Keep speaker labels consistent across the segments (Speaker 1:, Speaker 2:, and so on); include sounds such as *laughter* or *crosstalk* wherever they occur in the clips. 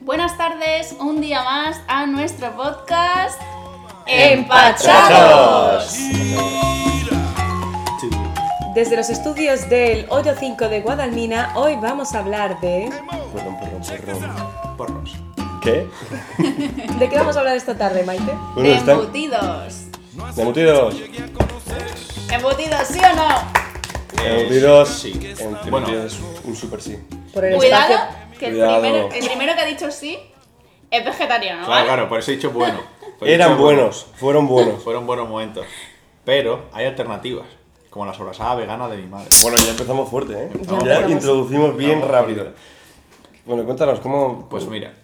Speaker 1: buenas tardes un día más a nuestro podcast
Speaker 2: ¡Empachados!
Speaker 3: Desde los estudios del Hoyo 5 de Guadalmina, hoy vamos a hablar de...
Speaker 2: Porrón, porrón, porrón. Porros.
Speaker 4: ¿Qué?
Speaker 3: ¿De qué vamos a hablar esta tarde, Maite?
Speaker 4: Bueno, están
Speaker 1: Embutidos.
Speaker 4: embutidos.
Speaker 1: Embutidos, ¿sí o no?
Speaker 4: Embutidos,
Speaker 2: Eh, sí.
Speaker 4: Embutidos
Speaker 2: Bueno.
Speaker 4: es un super sí.
Speaker 3: Por el
Speaker 1: Cuidado,
Speaker 3: espacio.
Speaker 1: que el
Speaker 4: Cuidado.
Speaker 1: primero, el primero que ha dicho sí es vegetariano,
Speaker 2: Claro,
Speaker 1: ¿vale?
Speaker 2: claro, por eso he dicho bueno. Por eso he
Speaker 4: Pues Eran
Speaker 2: dicho
Speaker 4: buenos, fueron buenos.
Speaker 2: Fueron buenos momentos. Pero hay alternativas, como la sobrasada vegana de mi madre.
Speaker 4: Bueno, ya empezamos fuerte, ¿eh?
Speaker 2: Empezamos
Speaker 4: Ya
Speaker 3: fuerte.
Speaker 4: introducimos bien
Speaker 2: Empezamos
Speaker 4: rápido. Bueno, cuéntanos, ¿cómo...?
Speaker 2: Pues mira,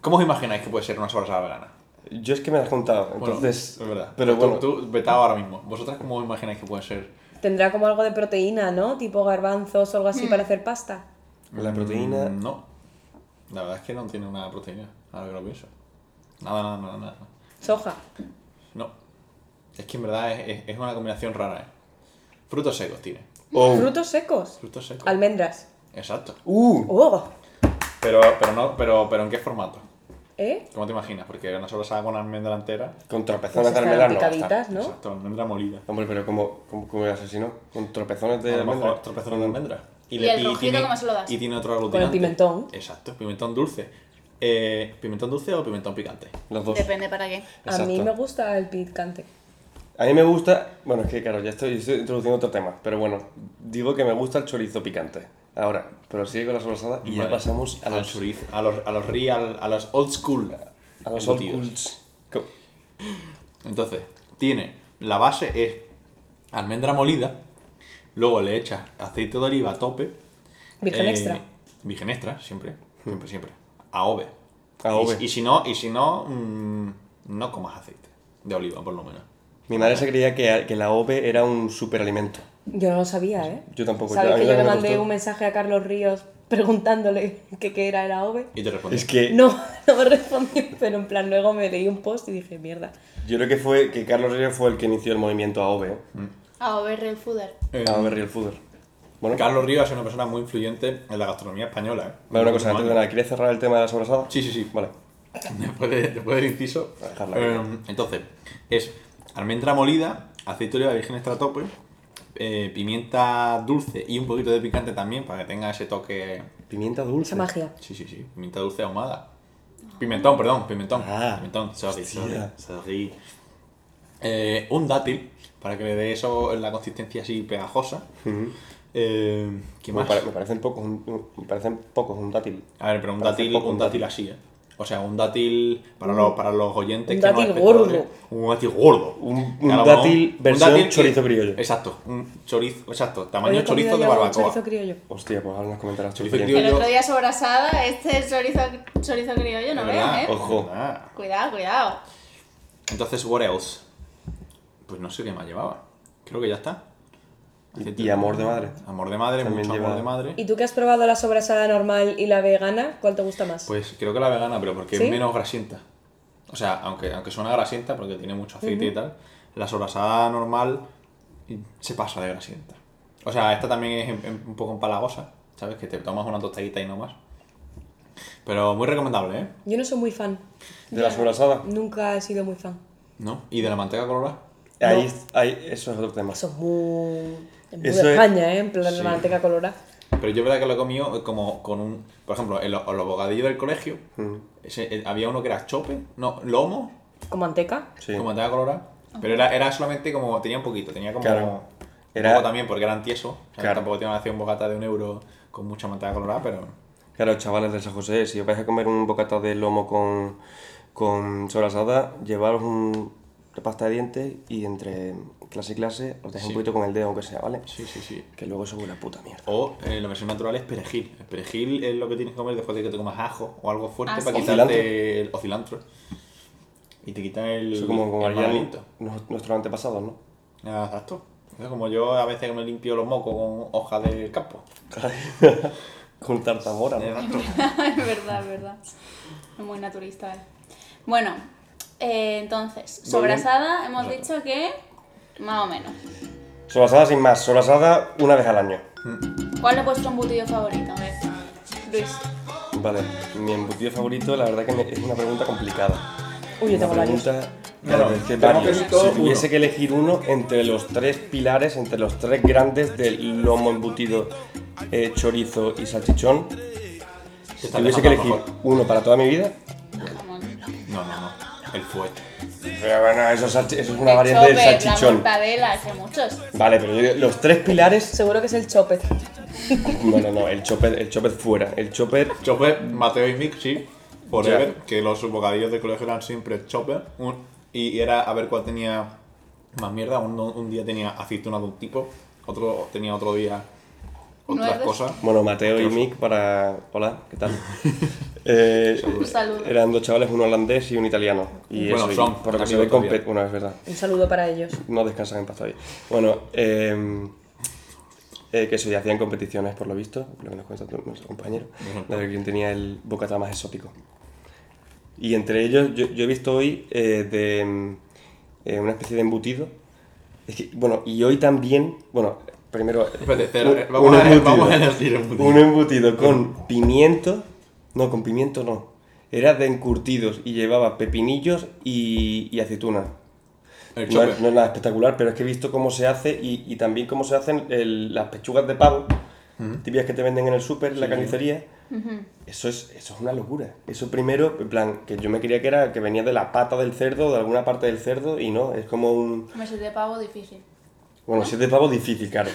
Speaker 2: ¿cómo os imagináis que puede ser una sobrasada vegana?
Speaker 4: Yo es que me lo has contado,
Speaker 2: Bueno,
Speaker 4: entonces...
Speaker 2: es verdad.
Speaker 4: Pero
Speaker 2: Tú-
Speaker 4: bueno,
Speaker 2: Tú, vetado ahora mismo. ¿Vosotras cómo os imagináis que puede ser?
Speaker 3: Tendrá como algo de proteína, ¿no? Tipo garbanzos o algo así para hacer pasta.
Speaker 4: la proteína...
Speaker 2: Mm, No. La verdad es que no tiene una proteína, ahora que lo pienso. Nada, nada, nada, nada.
Speaker 3: Soja.
Speaker 2: No. Es que en verdad es, es- es una combinación rara, ¿eh? Frutos secos tiene.
Speaker 4: Oh.
Speaker 3: Frutos secos.
Speaker 2: Frutos secos.
Speaker 3: Almendras.
Speaker 2: Exacto.
Speaker 4: ¡Uh!
Speaker 3: ¡Oh!
Speaker 2: Pero, pero no, pero, pero ¿en qué formato?
Speaker 3: ¿Eh?
Speaker 2: ¿Cómo te imaginas? Porque una sobrasada con almendra entera.
Speaker 4: Con
Speaker 3: Pues
Speaker 4: tropezones de
Speaker 3: estarán
Speaker 4: almendra no va a estar.
Speaker 3: picaditas, ¿no?
Speaker 2: Exacto, almendra molida.
Speaker 4: Hombre, pero como, como, como el asesino, con tropezones de
Speaker 2: a lo mejor
Speaker 4: almendra.
Speaker 2: tropezones de almendra.
Speaker 1: Y el crujido, ¿cómo se lo das?
Speaker 2: Y tiene otro
Speaker 3: el
Speaker 2: aglutinante.
Speaker 3: pimentón.
Speaker 2: Exacto, pimentón dulce. Eh, ¿Pimentón dulce o pimentón picante?
Speaker 4: Los dos.
Speaker 1: Depende para qué.
Speaker 3: A mí
Speaker 4: Exacto.
Speaker 3: me gusta el picante.
Speaker 4: A mí me gusta, bueno, es que claro, ya estoy, estoy introduciendo otro tema, pero bueno, digo que me gusta el chorizo picante. Ahora, pero sigue con la sobrasada y ya
Speaker 2: Vale.
Speaker 4: pasamos a
Speaker 2: Al
Speaker 4: los,
Speaker 2: chorizo, a los, a los real, a los old school.
Speaker 4: a los old cults.
Speaker 2: embutidos.
Speaker 4: Co-
Speaker 2: Entonces, tiene, la base es almendra molida, luego le echas aceite de oliva a tope.
Speaker 3: Virgen
Speaker 2: eh,
Speaker 3: extra.
Speaker 2: Virgen extra, siempre, siempre, siempre. AOVE.
Speaker 4: AOVE.
Speaker 2: Y, y si no, y si no mm, no comas aceite de oliva, por lo menos.
Speaker 4: Mi madre se creía que, que la OVE era un superalimento.
Speaker 3: Yo no lo sabía, ¿eh?
Speaker 4: Yo tampoco,
Speaker 3: ¿Sabes
Speaker 4: yo- a
Speaker 3: que
Speaker 4: mí
Speaker 3: yo le
Speaker 4: también me
Speaker 3: mandé
Speaker 4: gustó.
Speaker 3: un mensaje a Carlos Ríos *laughs* preguntándole que qué era el AOVE?
Speaker 2: Y te respondes.
Speaker 4: Es que
Speaker 3: No, *laughs* no me respondió, pero en plan luego me leí un post y dije, mierda.
Speaker 4: yo creo que fue que Carlos Reyes fue el que inició el movimiento AOVE, ¿eh?
Speaker 1: A ver el fooder.
Speaker 4: AOVE Real Fooder. Bueno,
Speaker 2: Eh, Carlos Rivas es una persona muy influyente en la gastronomía española. ¿eh?
Speaker 4: vale, una cosa,
Speaker 2: Muchos
Speaker 4: antes de
Speaker 2: años.
Speaker 4: nada, ¿quieres cerrar el tema de la sobrasada?
Speaker 2: Sí, sí, sí.
Speaker 4: Vale.
Speaker 2: Después, de- después del inciso.
Speaker 4: A dejarla
Speaker 2: eh, entonces, es almendra molida, aceite de oliva virgen extra tope, eh, pimienta dulce y un poquito de picante también para que tenga ese toque.
Speaker 4: Pimienta dulce.
Speaker 3: Esa magia.
Speaker 2: Sí, sí, sí. Pimienta dulce ahumada. Pimentón, perdón, pimentón.
Speaker 4: Ah,
Speaker 2: pimentón, sorry, sorry,
Speaker 4: hostia.
Speaker 2: sorry. Eh, un dátil para que le dé eso la consistencia así pegajosa. Eh, ¿Qué
Speaker 4: Me,
Speaker 2: más?
Speaker 4: pare- me parecen pocos, un, me parecen pocos un dátil.
Speaker 2: A ver, pero un
Speaker 4: Parece
Speaker 2: dátil,
Speaker 4: poco
Speaker 2: un
Speaker 4: un
Speaker 2: dátil así, ¿eh? O sea, un dátil para los, para los oyentes
Speaker 3: Un
Speaker 2: que no
Speaker 3: dátil
Speaker 2: espectadores,
Speaker 3: gordo.
Speaker 2: Un dátil gordo.
Speaker 4: Un- un
Speaker 2: A lo
Speaker 4: dátil
Speaker 2: mejor,
Speaker 4: versión
Speaker 2: que-
Speaker 4: chorizo criollo.
Speaker 2: Exacto, un chorizo, exacto,
Speaker 3: Hoy
Speaker 2: tamaño
Speaker 3: he comido
Speaker 2: chorizo de
Speaker 3: yo un
Speaker 2: barbacoa.
Speaker 3: Chorizo criollo.
Speaker 4: Hostia, pues ahora nos comentarás tu
Speaker 2: Chorizo
Speaker 4: experiencia.
Speaker 2: criollo.
Speaker 1: El
Speaker 2: yo-
Speaker 1: otro día sobrasada, este es chorizo, chorizo criollo, no
Speaker 2: De
Speaker 1: veas,
Speaker 2: verdad,
Speaker 1: ¿eh?
Speaker 4: ojo.
Speaker 2: de verdad.
Speaker 1: Cuidado, cuidado. *laughs*
Speaker 2: Entonces, what else? Pues no sé qué más llevaba. Creo que ya está.
Speaker 4: Y- y amor de madre.
Speaker 2: Amor de madre,
Speaker 4: También
Speaker 2: mucho
Speaker 4: lleva-
Speaker 2: amor de madre.
Speaker 3: ¿Y tú que has probado la sobrasada normal y la vegana, cuál te gusta más?
Speaker 2: Pues creo que la vegana, pero porque
Speaker 3: ¿Sí?
Speaker 2: es menos grasienta. O sea, aunque, aunque suena grasienta porque tiene mucho aceite y tal, la sobrasada normal se pasa de grasienta. O sea, esta también es en- en- un poco empalagosa, ¿sabes? Que te tomas una tostadita y no más. Pero muy recomendable, ¿eh?
Speaker 3: Yo no soy muy fan.
Speaker 4: De la sobrasada.
Speaker 3: Nunca he sido muy fan.
Speaker 2: ¿No? ¿Y de la manteca colorada?
Speaker 4: Ahí, ahí, eso es otro tema.
Speaker 3: Eso es muy... es muy
Speaker 4: Eso
Speaker 3: de
Speaker 4: es-
Speaker 3: España, ¿eh? En plan
Speaker 2: Sí.
Speaker 3: la manteca colorada.
Speaker 2: Pero yo es verdad que lo he comido eh, como con un... Por ejemplo, en, lo- en los bocadillos del colegio
Speaker 4: Mm.
Speaker 2: ese- eh, había uno que era chope, no, lomo,
Speaker 3: ¿Con manteca?
Speaker 4: Sí.
Speaker 2: con manteca colorada. Pero era, era solamente como... Tenía un poquito, tenía como...
Speaker 4: Claro.
Speaker 2: Era...
Speaker 4: Era-
Speaker 2: también porque eran tiesos. O sea,
Speaker 4: Claro.
Speaker 2: Tampoco te iban a hacer un bocata de un euro con mucha manteca colorada, pero...
Speaker 4: Claro, chavales de San José, si os vais a comer un bocata de lomo con, con sobrasada, llevaros un de pasta de dientes y entre clase y clase os dejáis
Speaker 2: Sí.
Speaker 4: un poquito con el dedo, aunque sea, ¿vale?
Speaker 2: Sí, sí, sí.
Speaker 4: Que luego eso huele a puta mierda.
Speaker 2: O eh, la versión natural es perejil. El perejil es lo que tienes que comer después de que te comas ajo o algo fuerte
Speaker 1: Ah,
Speaker 2: para
Speaker 1: sí.
Speaker 2: quitarte el o cilantro. Y te quitan el,
Speaker 4: Eso como, como
Speaker 2: el mal
Speaker 4: harían
Speaker 2: aliento.
Speaker 4: nos- nuestros antepasados, *laughs* ¿no?
Speaker 2: Ah, Exacto. Es como yo a veces me limpio los mocos con hojas del campo.
Speaker 4: Con tartamora, ¿no? *laughs*
Speaker 2: Exacto.
Speaker 1: es verdad, es verdad. Muy naturista, ¿eh? Bueno, eh, entonces, sobrasada, hemos dicho que más o menos.
Speaker 4: Sobrasada sin más, sobrasada una vez al año.
Speaker 1: ¿Cuál es vuestro embutido favorito? A ver, Luis.
Speaker 4: Vale, mi embutido favorito, la verdad que me- es una pregunta complicada.
Speaker 3: Uy, yo
Speaker 4: Una
Speaker 3: tengo varios.
Speaker 4: pregunta-
Speaker 2: No,
Speaker 4: Claro, es que
Speaker 2: tenemos
Speaker 4: varios.
Speaker 2: que elegir todo
Speaker 4: Si tuviese
Speaker 2: uno.
Speaker 4: que elegir uno entre los tres pilares, entre los tres grandes del lomo embutido, eh, chorizo y salchichón, si
Speaker 2: está
Speaker 4: tuviese que
Speaker 2: dejando
Speaker 4: elegir
Speaker 2: mejor.
Speaker 4: uno para toda mi vida,
Speaker 1: Jamón.
Speaker 2: No, no, no. El fuerte.
Speaker 4: pero bueno, eso, es salchi- eso es una
Speaker 1: El
Speaker 4: variante del
Speaker 1: chope, La
Speaker 4: salchichón.
Speaker 1: mortadela, que hay muchos.
Speaker 4: Vale, pero yo digo, los tres pilares.
Speaker 3: Seguro que es el chopper.
Speaker 4: No, no, no, el chopper, el chopper fuera. El chopper
Speaker 2: Chopper, Mateo y Mick, sí. Forever, que los bocadillos de colegio eran siempre Chopper. un- y era a ver cuál tenía más mierda. Un, un día tenía aceituna de un tipo, otro tenía otro día otras
Speaker 1: Nueces.
Speaker 2: cosas.
Speaker 4: Bueno, Mateo y Mick para... Hola, ¿qué tal? Eh,
Speaker 1: Un saludo.
Speaker 4: eran dos chavales, un holandés y un italiano. Y
Speaker 2: Bueno,
Speaker 4: eso, y
Speaker 2: son
Speaker 4: por lo que se ve,
Speaker 2: amigos
Speaker 4: compe-
Speaker 2: todavía.
Speaker 4: bueno, es verdad.
Speaker 3: Un saludo para ellos.
Speaker 4: No descansan en paz todavía. Bueno, eh, eh, que eso, ya hacían competiciones por lo visto, por lo que nos cuenta tu- nuestro compañero, de ver quién tenía el bocata más exótico. Y entre ellos, yo, yo he visto hoy eh, de mm, eh, una especie de embutido. Es que, bueno, y hoy también, bueno, primero.
Speaker 2: Espérate, espera, eh,
Speaker 4: un-
Speaker 2: vamos
Speaker 4: un
Speaker 2: a-
Speaker 4: embutido.
Speaker 2: vamos a elegir embutido.
Speaker 4: Un em- embutido con pimiento. No, con pimiento no. Era de encurtidos y llevaba pepinillos y, y aceituna. No
Speaker 2: El
Speaker 4: es,
Speaker 2: Chopper.
Speaker 4: no es nada espectacular, pero es que he visto cómo se hace y, y también cómo se hacen el- las pechugas de pavo, típicas que te venden en el súper, en la carnicería. Eso es, eso es una locura. Eso primero, en plan, que yo me creía que era que venía de la pata del cerdo, de alguna parte del cerdo, y no, es como un.
Speaker 1: Me de pavo difícil.
Speaker 4: Bueno, si es de pavo, difícil, claro.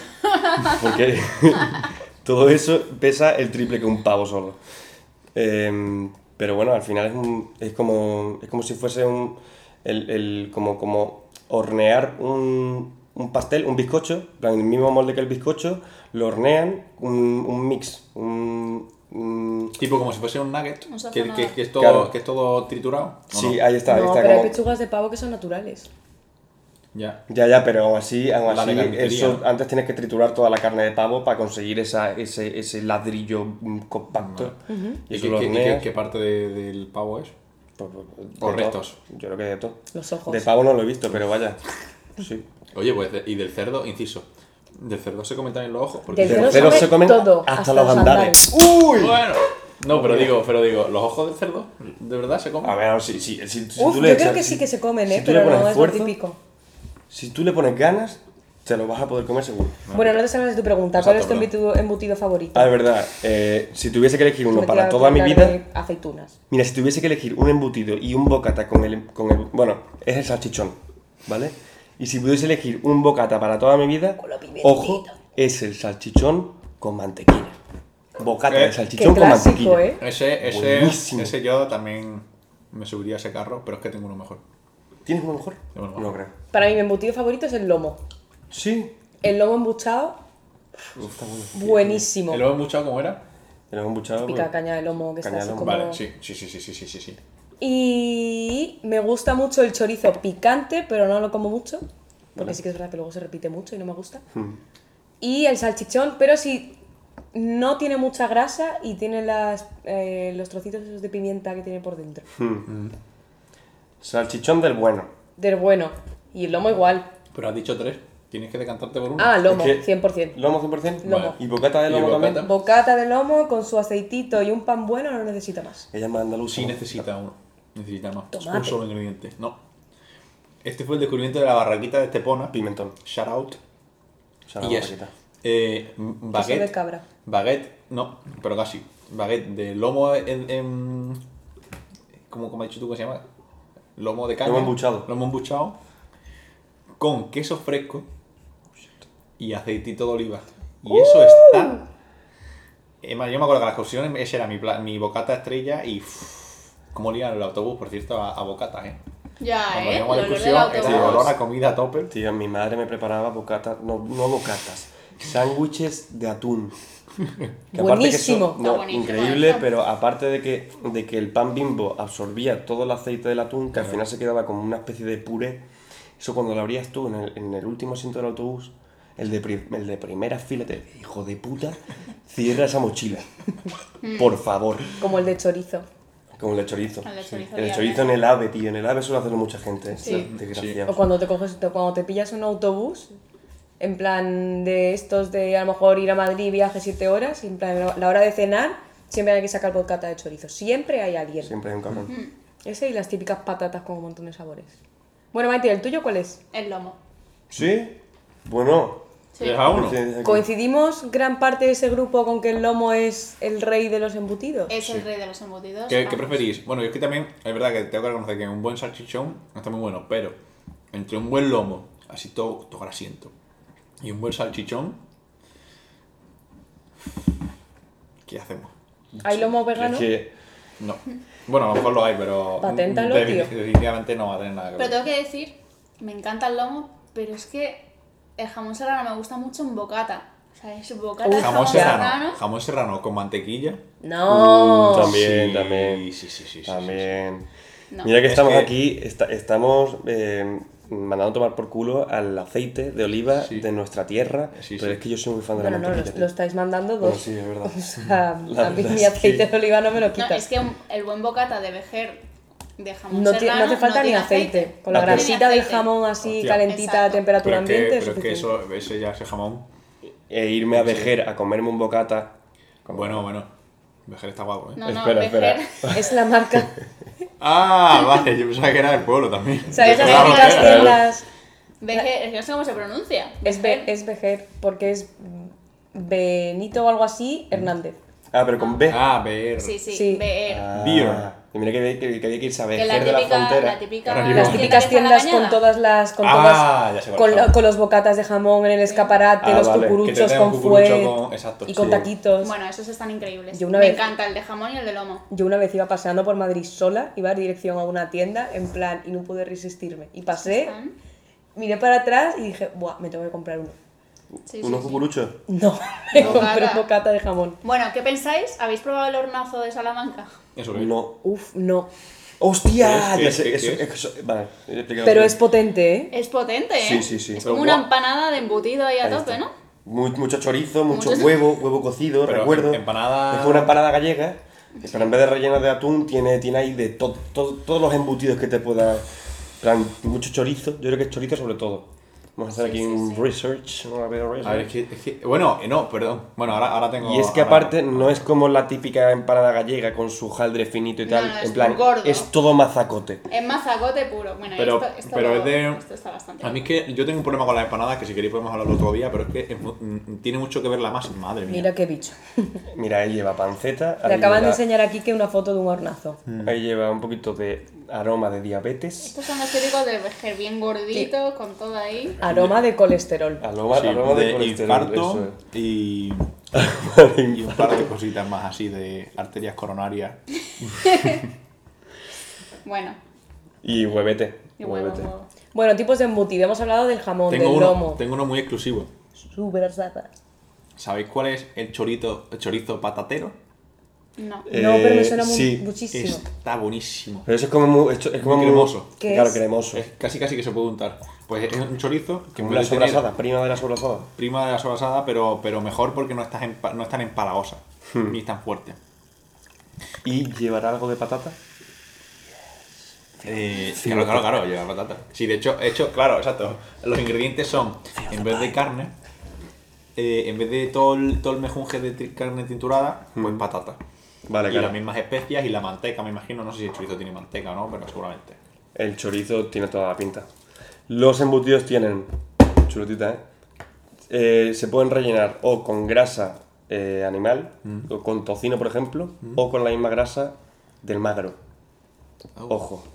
Speaker 4: Porque *laughs* todo eso pesa el triple que un pavo solo. Em, pero bueno, al final es, un- es como, es como si fuese un, el, el- como, como hornear un, un pastel, un bizcocho, en plan, el mismo molde que el bizcocho, lo hornean un, un mix, un, un-
Speaker 2: Tipo como si fuese un nugget,
Speaker 1: Un
Speaker 2: que, que- que es todo,
Speaker 4: Claro.
Speaker 2: que es todo triturado. ¿o
Speaker 4: Sí,
Speaker 2: no?
Speaker 4: ahí está, ahí
Speaker 3: no,
Speaker 4: está.
Speaker 3: pero hay
Speaker 4: como-
Speaker 3: pechugas de pavo que son naturales.
Speaker 2: Ya.
Speaker 4: Ya, ya, pero aún así, aún
Speaker 2: La
Speaker 4: así
Speaker 2: de carnicería,
Speaker 4: eso,
Speaker 2: ¿no?
Speaker 4: antes tienes que triturar toda la carne de pavo para conseguir esa, ese, ese ladrillo mm, compacto. Y
Speaker 2: ¿Y
Speaker 4: eso
Speaker 2: qué,
Speaker 4: lo
Speaker 2: qué-
Speaker 4: horneas.
Speaker 2: qué- qué parte de- del pavo es?
Speaker 4: Pues, pues, de
Speaker 2: por
Speaker 4: todo.
Speaker 2: restos.
Speaker 4: Yo creo que de todo.
Speaker 3: Los ojos.
Speaker 4: De pavo no lo he visto,
Speaker 3: *laughs*
Speaker 4: pero vaya. Sí.
Speaker 2: Oye, pues, de- y del cerdo, inciso. Del cerdo se comentan en los ojos. Porque
Speaker 3: Del
Speaker 4: Pero
Speaker 3: cerdo
Speaker 4: cerdo
Speaker 3: se
Speaker 4: se
Speaker 3: come
Speaker 4: comen
Speaker 3: todo.
Speaker 4: hasta los andares.
Speaker 3: ¡Uy!
Speaker 2: Bueno. No, pero digo, pero digo, los ojos del cerdo, ¿de verdad se comen?
Speaker 4: A ver, si, si, si, si
Speaker 3: Uf,
Speaker 4: tú
Speaker 3: yo
Speaker 4: le
Speaker 3: creo
Speaker 4: echas-
Speaker 3: que sí que se comen,
Speaker 4: si
Speaker 3: ¿eh?
Speaker 4: tú le
Speaker 3: pero
Speaker 4: pones
Speaker 3: no es lo
Speaker 4: esfuerzo,
Speaker 3: típico.
Speaker 4: Si tú le pones ganas, te lo vas a poder comer seguro.
Speaker 3: Bueno, no te salgas de tu pregunta.
Speaker 4: Pues
Speaker 3: ¿Cuál
Speaker 2: Exacto,
Speaker 3: es tu embutido, embutido favorito? Pues
Speaker 4: Ah, es verdad. eh, si tuviese que elegir
Speaker 3: Me
Speaker 4: uno
Speaker 3: he
Speaker 4: para
Speaker 3: quedado
Speaker 4: toda
Speaker 3: con
Speaker 4: mi
Speaker 3: la
Speaker 4: vida,
Speaker 3: de Aceitunas.
Speaker 4: Mira, si tuviese que elegir un embutido y un bocata con el, con el- Bueno, es el salchichón, ¿vale? Y si pudiese elegir un bocata para toda mi vida,
Speaker 3: Con lo pimentito.
Speaker 4: ojo, es el salchichón con mantequilla. Bocata
Speaker 2: Eh,
Speaker 4: de
Speaker 3: Qué
Speaker 4: salchichón con
Speaker 3: clásico,
Speaker 4: mantequilla.
Speaker 3: ¿eh?
Speaker 2: Ese, ese,
Speaker 4: Buenísimo.
Speaker 2: ese yo también me subiría a ese carro, pero es que tengo uno mejor.
Speaker 4: ¿Tienes uno mejor?
Speaker 2: Tengo uno
Speaker 4: No
Speaker 2: mejor.
Speaker 4: creo.
Speaker 3: Para mí, mi embutido favorito es el lomo.
Speaker 4: Sí.
Speaker 3: El lomo embuchado,
Speaker 4: Está bueno.
Speaker 3: buenísimo.
Speaker 2: ¿El lobo embuchado cómo era?
Speaker 4: Te lo he embuchado,
Speaker 3: Pica
Speaker 4: pero-
Speaker 3: caña de lomo, que
Speaker 4: Caña de
Speaker 3: está así
Speaker 4: lomo.
Speaker 3: como...
Speaker 2: Vale, sí, sí, sí, sí, sí, sí, sí, sí.
Speaker 3: Y me gusta mucho el chorizo picante, pero no lo como mucho. Porque sí que es verdad que luego se repite mucho y no me gusta.
Speaker 4: Hmm.
Speaker 3: Y el salchichón, pero si no tiene mucha grasa y tiene las, eh, los trocitos esos de pimienta que tiene por dentro.
Speaker 4: Hmm. Salchichón del bueno.
Speaker 3: Del bueno. Y el lomo igual.
Speaker 2: Pero has dicho tres, tienes que decantarte por uno.
Speaker 3: Ah, lomo,
Speaker 4: Es que-
Speaker 3: 100%.
Speaker 4: ¿Lomo 100%?
Speaker 3: Lomo.
Speaker 4: Vale. ¿Y bocata de
Speaker 2: ¿Y
Speaker 4: lomo
Speaker 2: bocata?
Speaker 4: también?
Speaker 3: Bocata de lomo con su aceitito y un pan bueno no necesita más.
Speaker 4: Ella es más andaluza.
Speaker 2: Sí
Speaker 4: ¿no?
Speaker 2: necesita uno, necesita más.
Speaker 3: Tomate.
Speaker 2: Un solo ingrediente, no. Este fue el descubrimiento de la barraquita de Estepona.
Speaker 4: Pimentón.
Speaker 2: Shout out.
Speaker 4: O sea, la
Speaker 2: Y es,
Speaker 4: bocata.
Speaker 2: eh, m- baguette.
Speaker 3: de cabra.
Speaker 2: Baguette, no, pero casi. Baguette de lomo en. en- ¿cómo, cómo has dicho tú que se llama? Lomo de caña.
Speaker 4: Lomo embuchado.
Speaker 2: Lomo embuchado. Con queso fresco y aceitito de oliva. Y eso
Speaker 1: ¡Uh!
Speaker 2: está. Es más, yo me acuerdo que las cocciones, ese era mi, pla- mi bocata estrella y. como olía en el autobús, por cierto, a, a bocatas, ¿eh?
Speaker 1: Ya,
Speaker 2: Cuando
Speaker 1: ¿eh? El
Speaker 2: íbamos a la
Speaker 1: olor del
Speaker 2: excursión,
Speaker 4: sí,
Speaker 2: era
Speaker 1: autobús.
Speaker 2: olor a comida a tope.
Speaker 4: Tío, mi madre me preparaba bocatas, no, no bocatas, sándwiches de atún. aparte que eso-
Speaker 3: Buenísimo.
Speaker 4: no,
Speaker 1: Está buenísimo ¿eh?
Speaker 4: increíble,
Speaker 1: eso.
Speaker 4: pero aparte de que, de que el pan bimbo absorbía todo el aceite del atún, que al final se quedaba como una especie de puré, eso cuando lo abrías tú en el, en el último asiento del autobús, el de, pri- el de primera fila, te hijo de puta, cierra esa mochila. Por favor.
Speaker 3: Como el de chorizo.
Speaker 4: Como el de chorizo.
Speaker 1: Mm. El de
Speaker 4: Sí.
Speaker 1: chorizo
Speaker 4: El de
Speaker 1: ya,
Speaker 4: chorizo en el ave, tío. En el ave suele hacerlo mucha gente. ¿eh?
Speaker 1: Sí.
Speaker 4: Desgraciado.
Speaker 3: O cuando te coges, te- cuando te pillas un autobús, en plan de estos de a lo mejor ir a Madrid, viaje siete horas, y en plan la hora de cenar, siempre hay que sacar bocata de chorizo. Siempre hay alguien.
Speaker 4: Siempre hay un
Speaker 1: Mm.
Speaker 4: cajón.
Speaker 3: Ese y las típicas patatas con un montón de sabores. Bueno, Maite, ¿el tuyo cuál es?
Speaker 1: El lomo.
Speaker 4: ¿Sí? Bueno.
Speaker 1: Sí.
Speaker 2: Deja uno.
Speaker 4: Tienes aquí.
Speaker 3: ¿Coincidimos gran parte de ese grupo con que el lomo es el rey de los embutidos?
Speaker 1: Es el rey de los embutidos.
Speaker 2: ¿Qué, qué
Speaker 1: Vamos.
Speaker 2: preferís? Bueno, yo es que también, es verdad que tengo que reconocer que un buen salchichón no está muy bueno, pero entre un buen lomo, así todo, todo grasiento, y un buen salchichón, ¿qué hacemos?
Speaker 3: ¿Hay lomo vegano?
Speaker 4: Es que
Speaker 2: No. Bueno, a lo mejor lo hay, pero.
Speaker 3: Paténtalo,
Speaker 2: defini-
Speaker 3: tío.
Speaker 2: Definitivamente no va a tener nada que
Speaker 1: Pero
Speaker 2: ver.
Speaker 1: tengo que decir, me encanta el lomo, pero es que el jamón serrano me gusta mucho en bocata. O sea, es bocata de
Speaker 3: Uf,
Speaker 2: Jamón
Speaker 1: jamón
Speaker 2: serrano.
Speaker 1: serrano.
Speaker 2: Jamón serrano con mantequilla.
Speaker 3: No.
Speaker 1: Oh.
Speaker 4: Mm, También,
Speaker 2: Sí,
Speaker 4: también.
Speaker 2: Sí, sí, sí. sí, sí,
Speaker 4: También.
Speaker 1: No.
Speaker 4: Mira que
Speaker 2: Es
Speaker 4: estamos
Speaker 2: que-
Speaker 4: aquí, esta- estamos eh, mandando tomar por culo al aceite de oliva
Speaker 2: Sí.
Speaker 4: de nuestra tierra,
Speaker 2: Sí,
Speaker 4: pero
Speaker 2: sí.
Speaker 4: es que yo soy muy fan de
Speaker 3: Bueno,
Speaker 4: la
Speaker 3: no,
Speaker 4: mantequilla.
Speaker 3: lo, lo estáis mandando
Speaker 4: Bueno,
Speaker 3: dos.
Speaker 4: sí,
Speaker 3: *laughs*
Speaker 1: *laughs*
Speaker 4: es verdad.
Speaker 3: O sea, a mí
Speaker 4: verdad
Speaker 3: mi
Speaker 4: es
Speaker 3: aceite
Speaker 4: que-
Speaker 3: de oliva no me lo
Speaker 1: No,
Speaker 3: quita.
Speaker 1: es que un- el buen bocata de vejer de jamón
Speaker 3: No, ti- no
Speaker 1: serrano.
Speaker 3: hace falta ni
Speaker 1: tiene
Speaker 3: aceite. Con la
Speaker 4: No, pero-
Speaker 3: grasita del
Speaker 1: aceite.
Speaker 3: jamón así
Speaker 2: Hostia.
Speaker 3: calentita a
Speaker 1: Exacto.
Speaker 3: temperatura
Speaker 2: Pero es que,
Speaker 3: ambiente es
Speaker 2: pero es que
Speaker 3: suficiente.
Speaker 2: eso, ese ya, ese jamón.
Speaker 4: E irme a vejer a comerme un bocata.
Speaker 2: Bueno, bueno. Vejer está guapo, ¿eh?
Speaker 1: No, no,
Speaker 4: Espera, espera.
Speaker 1: Vejer-
Speaker 3: Es la
Speaker 2: *laughs*
Speaker 3: marca.
Speaker 2: Ah, vale, yo pensaba que era del pueblo también.
Speaker 3: O sea,
Speaker 1: Yo
Speaker 3: es
Speaker 1: soy
Speaker 3: las
Speaker 1: de
Speaker 3: típicas
Speaker 1: Vejer.
Speaker 3: tiendas-
Speaker 1: Vejer, es que no sé cómo se pronuncia.
Speaker 3: Es, ve- es vejer, porque es Benito o algo así, Hernández.
Speaker 4: Ah, pero con B.
Speaker 2: Ah, ver.
Speaker 1: Sí, sí,
Speaker 3: Sí.
Speaker 1: Vejer.
Speaker 4: Ah,
Speaker 2: Beer.
Speaker 4: y mira que, que- que había que irse a
Speaker 1: que
Speaker 4: vejer
Speaker 1: es la
Speaker 4: de la
Speaker 1: típica,
Speaker 4: frontera.
Speaker 1: la típica
Speaker 2: Ahora mismo.
Speaker 3: Las
Speaker 2: Sí.
Speaker 3: típicas tiendas con todas las. Con todas
Speaker 2: ah, ya sé cuál
Speaker 3: con,
Speaker 2: es.
Speaker 3: la- con los bocatas de jamón en el escaparate,
Speaker 4: Ah,
Speaker 3: los
Speaker 4: vale, que
Speaker 3: cucuruchos
Speaker 2: tengan
Speaker 3: con
Speaker 2: cucurucho
Speaker 3: fuet
Speaker 2: con- exacto,
Speaker 3: y con
Speaker 2: sí.
Speaker 3: taquitos.
Speaker 1: Bueno, esos están increíbles.
Speaker 3: Yo una
Speaker 1: me
Speaker 3: vez-
Speaker 1: encanta el de jamón y el de lomo.
Speaker 3: Yo una vez iba paseando por Madrid sola, iba en dirección a una tienda, en plan, y no pude resistirme. Y pasé,
Speaker 1: ¿Están?
Speaker 3: miré para atrás y dije, buah, me tengo que comprar uno. *laughs*
Speaker 1: Sí, sí,
Speaker 4: Unos
Speaker 1: sí.
Speaker 4: cucuruchos.
Speaker 3: No, me
Speaker 1: Bocata.
Speaker 3: compré un bocata de jamón.
Speaker 1: Bueno, ¿qué pensáis? ¿Habéis probado el hornazo de Salamanca?
Speaker 2: Eso que-
Speaker 4: No.
Speaker 3: Uf, no.
Speaker 4: ¡Hostia!
Speaker 2: ¿Qué
Speaker 4: Ya
Speaker 2: es?
Speaker 4: sé,
Speaker 2: ¿Qué
Speaker 4: eso-
Speaker 2: es?
Speaker 4: eso- Vale, ya he explicado
Speaker 3: Pero
Speaker 4: bien.
Speaker 3: es potente, ¿eh?
Speaker 1: Es potente, ¿eh?
Speaker 4: Sí, sí, sí.
Speaker 1: Es
Speaker 2: Pero
Speaker 1: como una
Speaker 2: guau.
Speaker 1: empanada de embutido ahí a
Speaker 4: Ahí
Speaker 1: tope,
Speaker 4: está.
Speaker 1: ¿no?
Speaker 4: Mu- mucho chorizo, mucho
Speaker 1: Mucho-
Speaker 4: huevo, huevo cocido,
Speaker 2: Pero
Speaker 4: recuerdo.
Speaker 2: empanada-
Speaker 4: Es como una empanada gallega, pero en vez de rellena de atún, tiene, tiene ahí de to- to- todos los embutidos que te pueda. en plan, mucho chorizo, yo creo que es chorizo sobre todo. Vamos a
Speaker 1: Sí,
Speaker 4: hacer aquí
Speaker 1: sí,
Speaker 4: un
Speaker 1: sí.
Speaker 4: research, una bit of research.
Speaker 2: A ver, es que, es que- Bueno, eh, no, perdón. Bueno, ahora, ahora tengo.
Speaker 4: Y es que
Speaker 2: ahora-
Speaker 4: aparte no es como la típica empanada gallega con su jaldre finito y
Speaker 1: No,
Speaker 4: tal.
Speaker 1: no, es
Speaker 4: en plan,
Speaker 1: gordo.
Speaker 4: es todo mazacote.
Speaker 1: Es mazacote puro. Bueno,
Speaker 2: Pero,
Speaker 1: esto, esto-
Speaker 2: pero es de.
Speaker 1: esto está bastante
Speaker 2: A mí es
Speaker 1: bueno.
Speaker 2: que yo tengo un problema con las empanadas que si queréis podemos hablarlo otro día, pero es que es mu- mm, tiene mucho que ver la masa. Madre mía.
Speaker 3: Mira qué bicho.
Speaker 4: Mira, ahí lleva panceta.
Speaker 3: Le
Speaker 4: ahí
Speaker 3: acaban de
Speaker 4: lleva-
Speaker 3: enseñar aquí que una foto de un hornazo.
Speaker 4: Ahí lleva un poquito de aroma de diabetes.
Speaker 1: Estos son los típicos de Berger, bien gorditos, con todo ahí.
Speaker 3: Aroma de colesterol.
Speaker 4: Aroma,
Speaker 2: Sí,
Speaker 4: aroma de,
Speaker 2: de
Speaker 4: colesterol. este eso
Speaker 2: infarto
Speaker 4: es.
Speaker 2: y,
Speaker 4: Aroma de
Speaker 2: y un par de cositas más así de arterias coronarias.
Speaker 1: Bueno,
Speaker 4: Y huevete.
Speaker 1: y bueno, huevo.
Speaker 3: Bueno, tipos de embutido. Hemos hablado del jamón,
Speaker 2: Tengo
Speaker 3: del
Speaker 2: uno,
Speaker 3: lomo.
Speaker 2: tengo uno muy exclusivo.
Speaker 3: Súper asada.
Speaker 2: ¿Sabéis cuál es el chorito, el chorizo patatero?
Speaker 1: No.
Speaker 4: Eh,
Speaker 3: no, pero me suena mu-
Speaker 4: sí, este.
Speaker 3: muchísimo.
Speaker 2: Está buenísimo.
Speaker 4: Pero eso es como muy, esto es como
Speaker 2: Muy
Speaker 4: muy-
Speaker 2: cremoso.
Speaker 3: ¿Qué
Speaker 4: claro,
Speaker 3: es?
Speaker 4: cremoso.
Speaker 2: Es casi casi que se puede untar. Pues es un chorizo que
Speaker 4: Como
Speaker 2: puede
Speaker 4: la
Speaker 2: tener-
Speaker 4: sobrasada, prima de la sobrasada.
Speaker 2: prima de la sobrasada, pero, pero mejor porque no estás en, no es tan empalagosa
Speaker 4: Hmm.
Speaker 2: ni tan fuerte.
Speaker 4: ¿Y llevará algo de patata?
Speaker 2: Eh, claro, claro, claro, lleva patata. Sí, de hecho, hecho, claro, exacto. Los ingredientes son, en vez de carne, eh, en vez de todo el, todo el mejunje de tri- carne tinturada, pues patata.
Speaker 4: Hmm. Vale,
Speaker 2: y
Speaker 4: claro.
Speaker 2: las mismas especias y la manteca, me imagino. No sé si el chorizo tiene manteca o no, pero seguramente.
Speaker 4: El chorizo tiene toda la pinta. Los embutidos tienen. Chuletita, ¿eh? Eh, se pueden rellenar o con grasa eh, animal,
Speaker 2: Mm.
Speaker 4: o con tocino, por ejemplo, o con la misma grasa del magro. Ojo. Y
Speaker 2: Oh.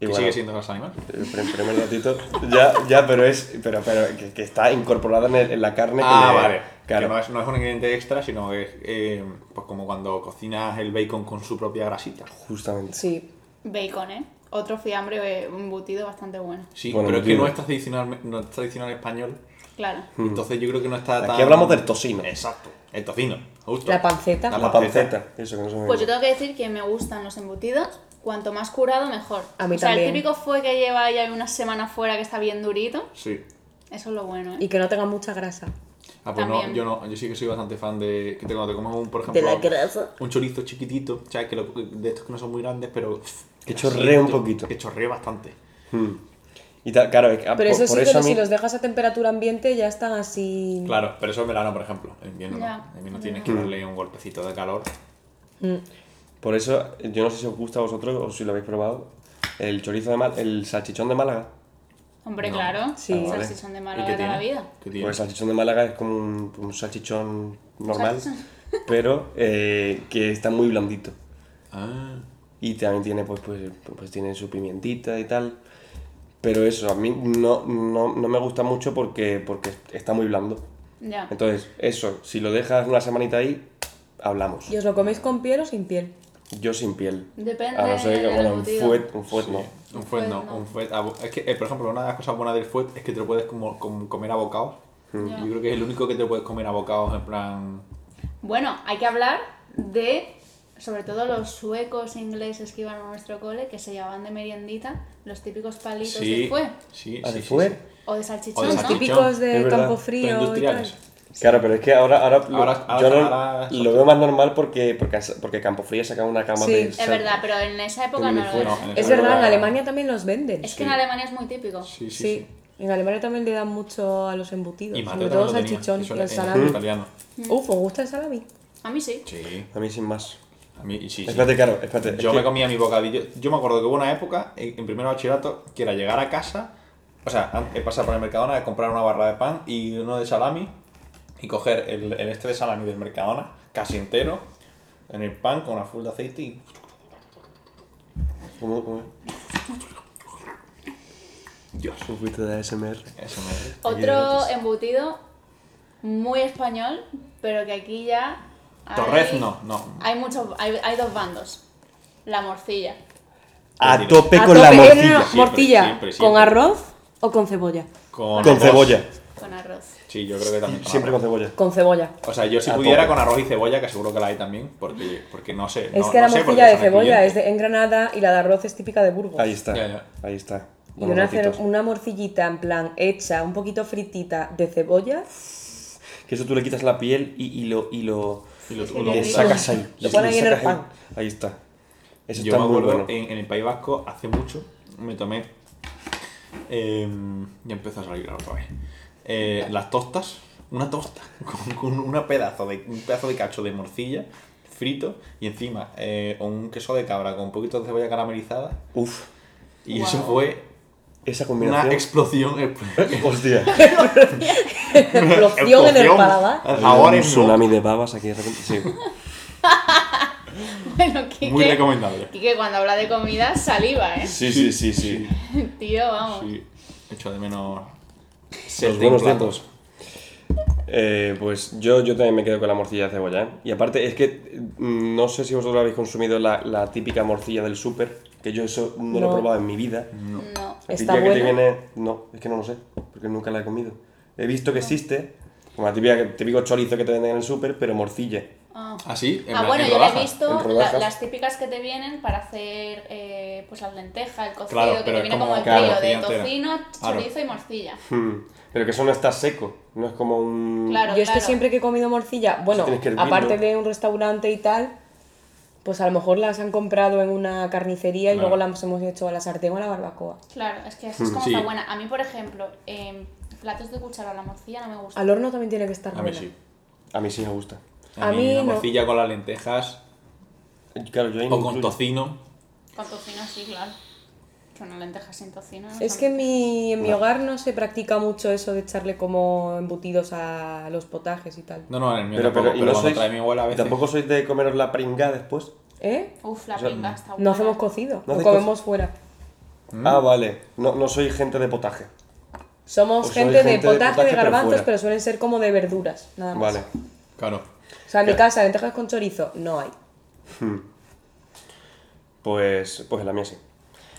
Speaker 2: Que
Speaker 4: bueno,
Speaker 2: sigue siendo grasa animal.
Speaker 4: El pr- primer datito. Ya, ya, pero es. Pero, pero que, que está incorporada en, el- en la carne. que
Speaker 2: Ah,
Speaker 4: le-
Speaker 2: vale.
Speaker 4: Claro.
Speaker 2: Que no es, no es un ingrediente extra, sino que es eh, pues como cuando cocinas el bacon con su propia grasita.
Speaker 4: Justamente.
Speaker 3: Sí.
Speaker 1: Bacon, ¿eh? Otro fiambre eh, embutido bastante bueno.
Speaker 2: Sí,
Speaker 4: Bueno,
Speaker 2: pero es que
Speaker 4: entiendo.
Speaker 2: no es tradicional, no es tradicional español.
Speaker 1: Claro.
Speaker 2: Entonces yo creo que no está
Speaker 4: Hmm. Aquí
Speaker 2: tan...
Speaker 4: hablamos del tocino.
Speaker 2: Exacto. El tocino. Justo.
Speaker 3: La panceta.
Speaker 4: La panceta. Eso que no se me
Speaker 1: Pues yo tengo que decir que me gustan los embutidos. Cuanto más curado, mejor.
Speaker 3: A mí
Speaker 1: o sea,
Speaker 3: también.
Speaker 1: el típico fue que lleva ya una semana fuera que está bien durito.
Speaker 2: Sí.
Speaker 1: Eso es lo bueno, ¿eh?
Speaker 3: Y que no tenga mucha grasa.
Speaker 2: Ah, pues no,
Speaker 1: También.
Speaker 2: yo no, yo sí que soy bastante fan de que te, cuando te comes un, por
Speaker 3: De la
Speaker 2: ejemplo,
Speaker 3: grasa.
Speaker 2: un chorizo chiquitito, ¿sabes? Que lo- de estos que no son muy grandes, pero... pff,
Speaker 4: Que
Speaker 2: grasito,
Speaker 4: chorree un poquito.
Speaker 2: Que chorree bastante.
Speaker 4: Y tal, claro, es que, ah,
Speaker 3: Pero eso
Speaker 4: por,
Speaker 3: sí
Speaker 4: por
Speaker 3: que
Speaker 4: eso a
Speaker 3: si
Speaker 4: mí...
Speaker 3: los dejas a temperatura ambiente ya están así.
Speaker 2: Claro, pero eso en verano, por ejemplo. En invierno
Speaker 1: Ya.
Speaker 2: no. En invierno tienes que darle un golpecito de calor.
Speaker 4: Por eso, eh, yo no sé si os gusta a vosotros o si lo habéis probado, el chorizo de Málaga, el salchichón de Málaga.
Speaker 1: Hombre,
Speaker 2: No.
Speaker 1: claro.
Speaker 3: Sí.
Speaker 1: Sí.
Speaker 4: Ah, vale.
Speaker 1: Salchichón de
Speaker 2: ¿Y
Speaker 1: Málaga
Speaker 2: qué
Speaker 1: de toda la
Speaker 2: tiene?
Speaker 1: vida.
Speaker 2: ¿Qué tiene?
Speaker 4: Pues el salchichón de Málaga es como un, un salchichón normal,
Speaker 1: Salchichón.
Speaker 4: pero eh, que está muy blandito.
Speaker 2: Ah,
Speaker 4: Y también tiene, pues, pues, pues tiene su pimientita y tal. Pero eso, a mí no, no, no me gusta mucho porque, porque está muy blando.
Speaker 1: Ya.
Speaker 4: Entonces, eso, si lo dejas una semanita ahí, hablamos.
Speaker 3: ¿Y os lo coméis con piel o sin piel?
Speaker 4: Yo sin piel.
Speaker 1: Depende
Speaker 4: A no ser que,
Speaker 1: del
Speaker 4: bueno, un
Speaker 1: embutido.
Speaker 4: fuet, un fuet
Speaker 2: sí.
Speaker 4: no.
Speaker 2: Un fuet no. Un fuet a bo- Es que, eh, por ejemplo, una de las cosas buenas del fuet es que te lo puedes como, com- comer a bocados.
Speaker 1: Ya.
Speaker 4: Hmm.
Speaker 2: Yo creo que es el único que te lo puedes comer a bocados en plan.
Speaker 1: Bueno, hay que hablar de, sobre todo los suecos e ingleses que iban a nuestro cole, que se llevaban de meriendita los típicos palitos de
Speaker 2: Sí,
Speaker 1: fue.
Speaker 2: sí,
Speaker 4: ¿Ah,
Speaker 2: sí,
Speaker 4: de
Speaker 2: sí,
Speaker 4: fuet?
Speaker 2: sí.
Speaker 1: O de salchichón,
Speaker 2: O de
Speaker 1: ¿no?
Speaker 3: Los
Speaker 2: salchichón.
Speaker 3: típicos
Speaker 4: es
Speaker 3: de
Speaker 4: verdad.
Speaker 3: campo
Speaker 4: Pero
Speaker 2: Pero
Speaker 3: frío y tal.
Speaker 2: industriales.
Speaker 4: Claro, pero es que ahora, ahora, lo-
Speaker 2: Ahora- ahora-
Speaker 4: yo no-
Speaker 2: ahora-
Speaker 4: lo veo más normal porque, porque, porque Campofrío saca una cama
Speaker 3: Sí.
Speaker 4: de...
Speaker 3: Es
Speaker 1: Es
Speaker 4: sal-
Speaker 1: verdad, pero en esa época
Speaker 4: mini
Speaker 1: no lo
Speaker 4: fuet.
Speaker 1: era.
Speaker 2: No, en
Speaker 3: Es
Speaker 2: Pero
Speaker 3: verdad, en
Speaker 4: la-
Speaker 3: Alemania también los venden.
Speaker 1: Es que en Alemania es muy típico.
Speaker 2: Sí, sí, sí.
Speaker 3: Sí, en Alemania también le dan mucho a los embutidos,
Speaker 2: Y
Speaker 3: sobre
Speaker 2: Mateo
Speaker 3: todo
Speaker 2: también lo tenía,
Speaker 3: salchichón
Speaker 2: eso
Speaker 3: y
Speaker 2: era-
Speaker 3: el
Speaker 2: era
Speaker 3: salami.
Speaker 2: italiano.
Speaker 3: Uf, ¿os gusta el salami?
Speaker 1: A mí sí.
Speaker 2: Sí.
Speaker 4: A mí sin más.
Speaker 2: A mí, y sí, sí.
Speaker 4: Espérate, claro, espérate. es
Speaker 2: Yo
Speaker 4: que-
Speaker 2: me comía mi bocadillo. Yo me acuerdo que hubo una época, en, en primero de bachillerato, que era llegar a casa, o sea, an- eh, pasar por el Mercadona, comprar una barra de pan y uno de salami, y coger el, el este de salami del Mercadona, casi entero, en el pan con una full de aceite y...
Speaker 4: ¿Cómo, cómo?
Speaker 2: Dios.
Speaker 4: Un poquito de ASMR.
Speaker 2: Eso me...
Speaker 1: Otro embutido muy español, pero que aquí ya. hay-
Speaker 2: Torrezno, no.
Speaker 1: Hay, muchos, hay, hay dos bandos. La morcilla.
Speaker 4: A tope
Speaker 3: A
Speaker 4: con la
Speaker 3: tope, eh, no, no,
Speaker 4: morcilla.
Speaker 2: Siempre,
Speaker 3: morcilla,
Speaker 2: siempre,
Speaker 3: ¿con
Speaker 2: siempre.
Speaker 3: arroz o con cebolla?
Speaker 2: Con,
Speaker 4: Con
Speaker 2: arroz.
Speaker 4: cebolla.
Speaker 1: Con arroz. *laughs*
Speaker 2: Sí, yo creo que también con
Speaker 4: Siempre con
Speaker 2: arroz.
Speaker 4: cebolla.
Speaker 3: Con cebolla.
Speaker 2: O sea, yo si
Speaker 4: A
Speaker 2: pudiera
Speaker 4: tope.
Speaker 2: con arroz y cebolla, que seguro que la hay también, porque, porque no sé.
Speaker 3: Es
Speaker 2: no-
Speaker 3: que
Speaker 2: no
Speaker 3: la
Speaker 2: sé, porque
Speaker 3: morcilla de
Speaker 2: son
Speaker 3: cebolla es
Speaker 2: excluyentes.
Speaker 3: de, en Granada y la de arroz es típica de Burgos.
Speaker 4: Ahí está.
Speaker 2: Ya, ya.
Speaker 4: Ahí está.
Speaker 3: Y
Speaker 4: Buenos
Speaker 3: una, ce-
Speaker 4: ratitos.
Speaker 3: una morcillita en plan hecha, un poquito fritita de
Speaker 2: *laughs*
Speaker 3: cebolla, *laughs*
Speaker 4: Que eso tú le quitas la piel y, y lo, y lo,
Speaker 2: Y lo-
Speaker 1: Es que
Speaker 2: lo-
Speaker 1: Qué
Speaker 4: le
Speaker 1: rico.
Speaker 4: sacas ahí.
Speaker 3: Lo
Speaker 4: Le-
Speaker 3: ponen
Speaker 4: le
Speaker 3: ahí en el
Speaker 4: sacas ahí.
Speaker 3: pan.
Speaker 4: Ahí está. Eso
Speaker 2: Yo
Speaker 4: está
Speaker 2: me
Speaker 4: muy
Speaker 2: acuerdo
Speaker 4: bueno.
Speaker 2: en, en el País Vasco hace mucho me tomé. eh, ya empezó a salir otra vez. eh, las tostas, una tosta *laughs* con, con una pedazo de, un pedazo de cacho de morcilla frito y encima eh, un queso de cabra con un poquito de cebolla caramelizada.
Speaker 4: Uf,
Speaker 2: Y
Speaker 1: Guau.
Speaker 2: eso fue
Speaker 4: esa
Speaker 2: una
Speaker 4: combinación.
Speaker 2: explosión.
Speaker 4: *laughs* Hostia.
Speaker 3: explosión en el
Speaker 2: Explosión.
Speaker 3: paladar.
Speaker 2: *laughs* Ahora
Speaker 4: un
Speaker 2: es no.
Speaker 4: tsunami de babas aquí de repente. Sí.
Speaker 1: Bueno, Quique,
Speaker 2: muy recomendable.
Speaker 1: Quique, cuando habla de comida, saliva, ¿eh?
Speaker 4: Sí, sí, sí, sí.
Speaker 1: Tío, vamos.
Speaker 2: Sí, echo de menos.
Speaker 4: Los
Speaker 2: set de
Speaker 4: buenos
Speaker 2: platos.
Speaker 4: tiempos. Eh, pues yo, yo también me quedo con la morcilla de cebolla. ¿eh? Y aparte, es que mm, no sé si vosotros habéis consumido la, la típica morcilla del súper, que yo eso no, lo
Speaker 3: No.
Speaker 4: he probado en mi vida.
Speaker 1: No.
Speaker 4: La
Speaker 3: ¿Está
Speaker 4: típica que te
Speaker 3: buena?
Speaker 4: viene. No, es que no lo sé, porque nunca la he comido. He visto
Speaker 3: Ah.
Speaker 4: que existe, como la típica, típico chorizo que te venden en el súper, pero morcilla.
Speaker 1: Ah.
Speaker 2: ¿Ah, sí? En
Speaker 1: Ah,
Speaker 2: plan-
Speaker 1: bueno,
Speaker 2: en
Speaker 1: yo le he
Speaker 2: rodajas.
Speaker 1: visto
Speaker 4: en
Speaker 1: la-
Speaker 4: rodajas.
Speaker 1: las típicas que te vienen para hacer eh, pues las lentejas, el cocido,
Speaker 2: Claro,
Speaker 1: que
Speaker 2: pero
Speaker 1: te
Speaker 2: es
Speaker 1: viene como,
Speaker 2: como-
Speaker 1: el
Speaker 2: claro,
Speaker 1: trío de
Speaker 2: morcilla entera.
Speaker 1: tocino,
Speaker 2: Claro.
Speaker 1: chorizo y morcilla.
Speaker 4: Hmm, Pero que eso no está seco, no es como un.
Speaker 1: Claro,
Speaker 3: Yo es que
Speaker 1: claro.
Speaker 3: siempre que he comido morcilla, bueno,
Speaker 4: tienes que hervirlo.
Speaker 3: aparte de un restaurante y tal, pues a lo mejor las han comprado en una carnicería y
Speaker 2: Claro.
Speaker 3: luego las hemos hecho a la sartén o a la barbacoa.
Speaker 1: Claro, es que así
Speaker 4: Mm,
Speaker 1: es como
Speaker 2: Sí.
Speaker 1: está buena. A mí, por ejemplo, em, platos de cuchara a la morcilla no me gusta.
Speaker 3: Al horno también tiene que estar
Speaker 2: A mí
Speaker 3: buena.
Speaker 2: sí.
Speaker 4: A mí sí me gusta.
Speaker 2: A,
Speaker 3: A
Speaker 2: mí,
Speaker 3: mí
Speaker 2: la
Speaker 3: no.
Speaker 2: morcilla con las lentejas
Speaker 4: Claro, yo ahí no
Speaker 2: o con
Speaker 4: incluyo.
Speaker 2: tocino.
Speaker 1: Con tocino sí, claro. Que una lenteja sin tocino. no
Speaker 3: Es
Speaker 1: son
Speaker 3: que en
Speaker 1: lentejas.
Speaker 3: mi, en mi hogar no se practica mucho eso de echarle como embutidos a los potajes y tal.
Speaker 2: No, no, en el mío
Speaker 4: Pero,
Speaker 2: tampoco,
Speaker 4: pero,
Speaker 2: pero,
Speaker 4: y no
Speaker 2: cuando
Speaker 4: sois-
Speaker 2: trae mi abuela a veces.
Speaker 4: Tampoco sois de comeros la pringada después.
Speaker 3: ¿Eh?
Speaker 1: Uf, la
Speaker 4: O sea,
Speaker 1: pinga está buena.
Speaker 3: No hacemos cocido,
Speaker 4: No
Speaker 3: no
Speaker 4: hacéis
Speaker 3: comemos fuera.
Speaker 2: ¿Mm?
Speaker 4: Ah, vale. No, no soy gente de potaje.
Speaker 3: Somos
Speaker 4: Pues soy
Speaker 3: gente, de
Speaker 4: gente de
Speaker 3: potaje,
Speaker 4: potaje,
Speaker 3: de
Speaker 4: pero
Speaker 3: garbanzos, pero,
Speaker 4: fuera.
Speaker 3: suelen ser como de verduras, nada más.
Speaker 4: Vale.
Speaker 2: Claro.
Speaker 3: O sea, en mi
Speaker 4: Claro.
Speaker 3: casa, lentejas con chorizo, no hay.
Speaker 4: Pues, pues en la mía sí.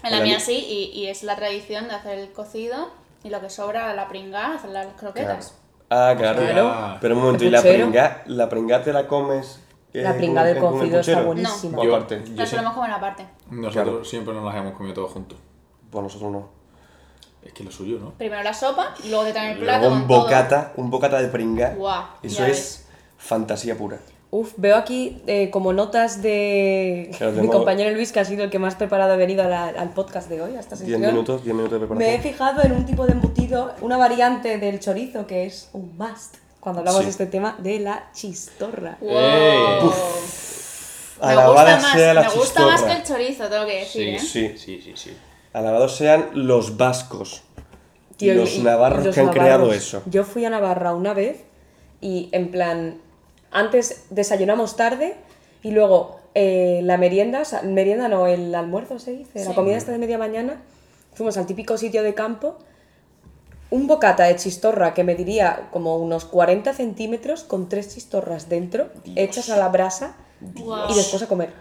Speaker 1: En la
Speaker 4: En la
Speaker 1: mía
Speaker 4: mi-
Speaker 1: sí, y, y es la tradición de hacer el cocido y lo que sobra la pringa, hacer las croquetas.
Speaker 4: Ah, claro.
Speaker 2: Pues Claro.
Speaker 4: Pero un momento, ¿y
Speaker 3: El
Speaker 4: la
Speaker 3: puchero.
Speaker 4: pringa, la pringa te la comes? eh,
Speaker 3: La pringa del
Speaker 4: con- con el
Speaker 3: cocido está
Speaker 4: puchero?
Speaker 3: buenísima.
Speaker 4: O
Speaker 2: Yo-
Speaker 4: aparte.
Speaker 2: yo
Speaker 1: Las
Speaker 2: sí.
Speaker 1: solemos comer aparte.
Speaker 2: Nosotros
Speaker 4: Claro.
Speaker 2: siempre nos las hemos comido todos juntos.
Speaker 4: Pues nosotros no.
Speaker 2: Es que lo suyo, ¿no?
Speaker 1: Primero la sopa y luego te traen el plato.
Speaker 4: Luego un
Speaker 1: con todo.
Speaker 4: bocata, un bocata de pringa.
Speaker 3: eh.
Speaker 1: Guau,
Speaker 4: Eso
Speaker 1: ya
Speaker 4: es
Speaker 1: ves.
Speaker 4: fantasía pura.
Speaker 3: Uf, veo aquí eh, como notas de *laughs*
Speaker 4: Claro,
Speaker 3: mi
Speaker 4: tengo-
Speaker 3: compañero Luis, que ha sido el que más preparado ha venido a la- al podcast de hoy, a esta
Speaker 4: 10
Speaker 3: sección.
Speaker 4: minutos, 10 minutos de
Speaker 3: Me he
Speaker 4: preparación.
Speaker 3: fijado en un tipo de embutido, una variante del chorizo que es un must cuando hablamos
Speaker 4: Sí.
Speaker 3: de este tema de la chistorra.
Speaker 1: Wow.
Speaker 2: ¡Ey!
Speaker 1: Me
Speaker 4: Alabada
Speaker 1: gusta, más,
Speaker 4: sea la
Speaker 1: me gusta más
Speaker 4: chistorra.
Speaker 1: que el chorizo, tengo que decir, ¿eh?
Speaker 4: Sí,
Speaker 2: sí, sí, sí.
Speaker 4: Alabados sean los vascos.
Speaker 3: Tío,
Speaker 4: los
Speaker 3: y- y-
Speaker 4: navarros
Speaker 3: los
Speaker 4: que han
Speaker 3: navarros.
Speaker 4: creado eso.
Speaker 3: Yo fui a Navarra una vez y en plan, antes desayunamos tarde y luego eh, la merienda, o sea, merienda no, el almuerzo se dice,
Speaker 1: Sí.
Speaker 3: la comida esta de media mañana, fuimos al típico sitio de campo, un bocata de chistorra que mediría como unos 40 centímetros con tres chistorras dentro, hechas a la brasa
Speaker 1: Wow.
Speaker 3: y después a comer,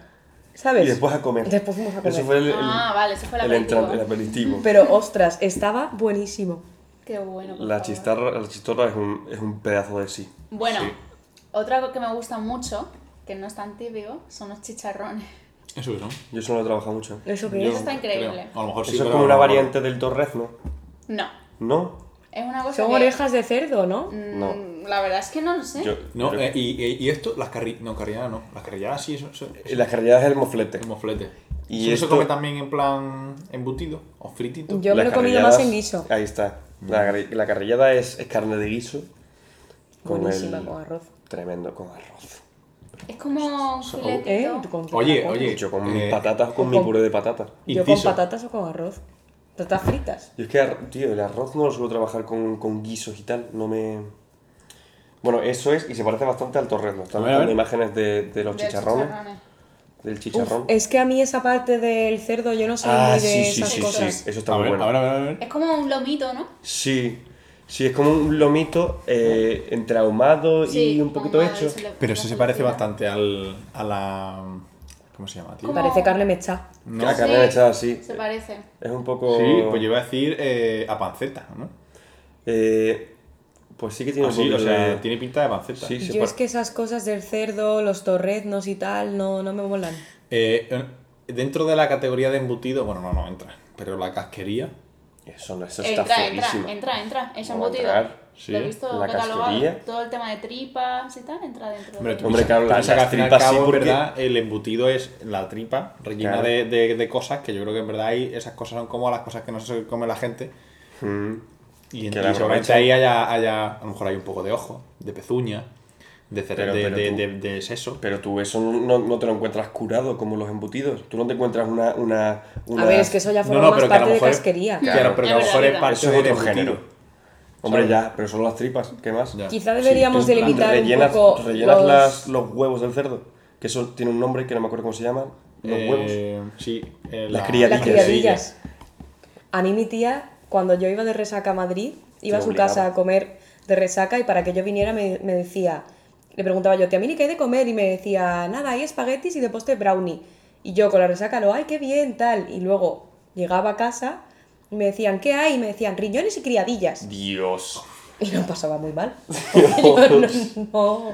Speaker 3: ¿sabes?
Speaker 4: Y después a comer.
Speaker 3: Pues, Después fuimos a comer.
Speaker 4: Eso fue el, el-
Speaker 1: Ah, vale, eso fue la
Speaker 4: el
Speaker 1: película.
Speaker 4: entran- el aperitivo.
Speaker 3: Pero ostras, estaba buenísimo.
Speaker 1: Qué bueno. por
Speaker 4: La
Speaker 1: favor.
Speaker 4: chistorra, la chistorra es, un, es un pedazo de sí.
Speaker 1: Bueno,
Speaker 2: Sí.
Speaker 1: otra cosa que me gusta mucho, que no es tan típico, son los chicharrones. *laughs*
Speaker 2: Eso que son.
Speaker 4: Yo eso no lo he trabajado mucho.
Speaker 3: ¿Eso qué
Speaker 2: Yo
Speaker 3: es?
Speaker 1: está increíble.
Speaker 2: creo. A lo mejor sí,
Speaker 4: eso es
Speaker 2: pero
Speaker 4: como
Speaker 2: a lo
Speaker 4: una
Speaker 2: mejor-
Speaker 4: variante del torrezno.
Speaker 1: No,
Speaker 4: ¿No?
Speaker 1: es una cosa
Speaker 3: Son
Speaker 1: que...
Speaker 3: orejas de cerdo, ¿no?
Speaker 1: Mm,
Speaker 4: No.
Speaker 1: La verdad es que no lo sé.
Speaker 4: Yo-
Speaker 2: No,
Speaker 4: creo-
Speaker 2: eh, y, y- y esto, las carri... No, carrilladas no. Las carrilladas sí, eso, eso, eso
Speaker 4: Las carrilladas es el moflete.
Speaker 2: es moflete.
Speaker 4: Y
Speaker 2: ¿Y eso
Speaker 4: esto-
Speaker 2: se come también en plan embutido o fritito?
Speaker 3: Yo me lo
Speaker 4: Las
Speaker 3: he comido
Speaker 4: carrilladas-
Speaker 3: más en guiso.
Speaker 4: Ahí está. La,
Speaker 2: Mm.
Speaker 4: carri- la carrillada es, es carne de guiso. Con
Speaker 3: Buenísima,
Speaker 4: el-
Speaker 3: con arroz.
Speaker 4: Tremendo, con arroz.
Speaker 1: Es como un
Speaker 2: So-
Speaker 3: ¿Eh?
Speaker 1: filetito.
Speaker 3: ¿Tú con qué te
Speaker 2: Oye,
Speaker 3: la comes?
Speaker 2: oye.
Speaker 4: Yo con
Speaker 2: eh,
Speaker 4: patatas, con
Speaker 3: o
Speaker 4: mi
Speaker 3: con-
Speaker 4: puré de patatas.
Speaker 3: Yo con
Speaker 2: inciso.
Speaker 3: patatas o con arroz. Patatas fritas.
Speaker 4: Yo es que, ar- tío, el arroz no lo suelo trabajar con, con guisos y tal, no me... Bueno, eso es, y se parece bastante al torrezno. Están
Speaker 2: A ver, a
Speaker 4: dando
Speaker 2: ver.
Speaker 4: imágenes de, de los
Speaker 1: de
Speaker 4: chicharrones, del
Speaker 3: Uf,
Speaker 4: chicharrón.
Speaker 3: es que a mí esa parte del cerdo yo no soy
Speaker 4: ah,
Speaker 3: muy de
Speaker 4: sí, sí,
Speaker 3: esas
Speaker 4: sí, sí,
Speaker 3: cosas.
Speaker 4: eso está
Speaker 2: A
Speaker 4: muy
Speaker 2: ver,
Speaker 4: bueno.
Speaker 2: a ver, a ver, a ver.
Speaker 1: Es como un lomito, ¿no?
Speaker 4: Sí, sí, es como un lomito eh, entre ahumado y un poquito
Speaker 1: ahumado,
Speaker 4: hecho.
Speaker 1: se le-
Speaker 2: Pero
Speaker 1: se
Speaker 2: eso
Speaker 1: le
Speaker 2: se parece
Speaker 1: tira.
Speaker 2: bastante al, a la... ¿Cómo se llama, tío?
Speaker 1: ¿Cómo?
Speaker 3: Parece carne mecha.
Speaker 2: No.
Speaker 4: La carne mechada, sí.
Speaker 1: Se parece.
Speaker 4: Es un poco...
Speaker 2: Sí, pues yo iba a decir eh, a panceta, ¿no?
Speaker 4: eh, pues sí que tiene un
Speaker 2: Así, Ah, o
Speaker 4: poquito
Speaker 2: sea,
Speaker 4: de-
Speaker 2: tiene pinta de panceta.
Speaker 4: Sí, se
Speaker 3: Yo
Speaker 4: par-
Speaker 3: es que esas cosas del cerdo, los torreznos y tal, no, no me molan.
Speaker 2: Eh, dentro de la categoría de embutido, bueno, no, no entra, pero la casquería,
Speaker 4: Eso, no, eso está
Speaker 1: Entra, entra,
Speaker 4: feísimo.
Speaker 1: entra, entra. Es
Speaker 4: ¿Cómo va a
Speaker 1: embutido.
Speaker 4: entrar?
Speaker 2: Sí,
Speaker 1: Lo he visto
Speaker 4: la
Speaker 1: catalogado.
Speaker 4: casquería.
Speaker 1: Todo el tema de tripas y tal entra dentro.
Speaker 2: Hombre,
Speaker 1: de-
Speaker 2: tú
Speaker 4: Hombre,
Speaker 2: piensas-
Speaker 4: claro,
Speaker 2: tú
Speaker 4: las-
Speaker 2: piensas que
Speaker 4: las
Speaker 2: al fin y al
Speaker 4: tripas sí,
Speaker 2: cabo, en
Speaker 4: porque-
Speaker 2: verdad, el embutido es la tripa rellena
Speaker 4: Claro.
Speaker 2: de, de- de cosas que yo creo que en verdad ahí esas cosas son como las cosas que no se come la gente.
Speaker 4: Mm.
Speaker 2: Y, en-
Speaker 4: Que
Speaker 2: y
Speaker 4: la
Speaker 2: seguramente
Speaker 4: aprovechan.
Speaker 2: ahí haya, haya, a lo mejor hay un poco de ojo, de pezuña, de, cere-
Speaker 4: Pero-
Speaker 2: de,
Speaker 4: pero
Speaker 2: de-
Speaker 4: tú-
Speaker 2: de- de seso.
Speaker 4: Pero tú eso no, no te lo encuentras curado como los embutidos. Tú no te encuentras una... una, una-
Speaker 3: A ver, es que eso ya forma más parte de casquería.
Speaker 2: Claro,
Speaker 4: Claro.
Speaker 2: pero que a
Speaker 1: Es
Speaker 2: lo mejor
Speaker 1: verdad, verdad.
Speaker 2: es parte
Speaker 4: Eso es
Speaker 2: del
Speaker 4: otro
Speaker 2: embutido.
Speaker 4: género. Hombre,
Speaker 2: ¿sabes?
Speaker 4: ya, pero son las tripas. ¿Qué más?
Speaker 2: Ya.
Speaker 3: Quizá deberíamos
Speaker 4: Sí, en plan,
Speaker 3: delimitar
Speaker 4: rellenas,
Speaker 3: un poco
Speaker 4: rellenas
Speaker 3: los-
Speaker 4: las- los huevos del cerdo. Que eso tiene un nombre que no me acuerdo cómo se llaman. Los
Speaker 2: Eh,
Speaker 4: huevos.
Speaker 2: Sí, eh,
Speaker 4: Las
Speaker 2: la-
Speaker 3: Las
Speaker 4: criadillas.
Speaker 3: criadillas. A mí mi tía, cuando yo iba de resaca a Madrid, iba a su
Speaker 4: obligaba.
Speaker 3: casa a comer de resaca y para que yo viniera me, me decía, le preguntaba yo, tía Mili, ¿qué hay de comer? Y me decía, nada, hay espaguetis y de postre brownie. Y yo con la resaca lo, ay, qué bien, tal. Y luego llegaba a casa y me decían, ¿qué hay? Y me decían, riñones y criadillas.
Speaker 4: Dios.
Speaker 3: Y lo pasaba muy mal. *laughs* Porque yo no- no-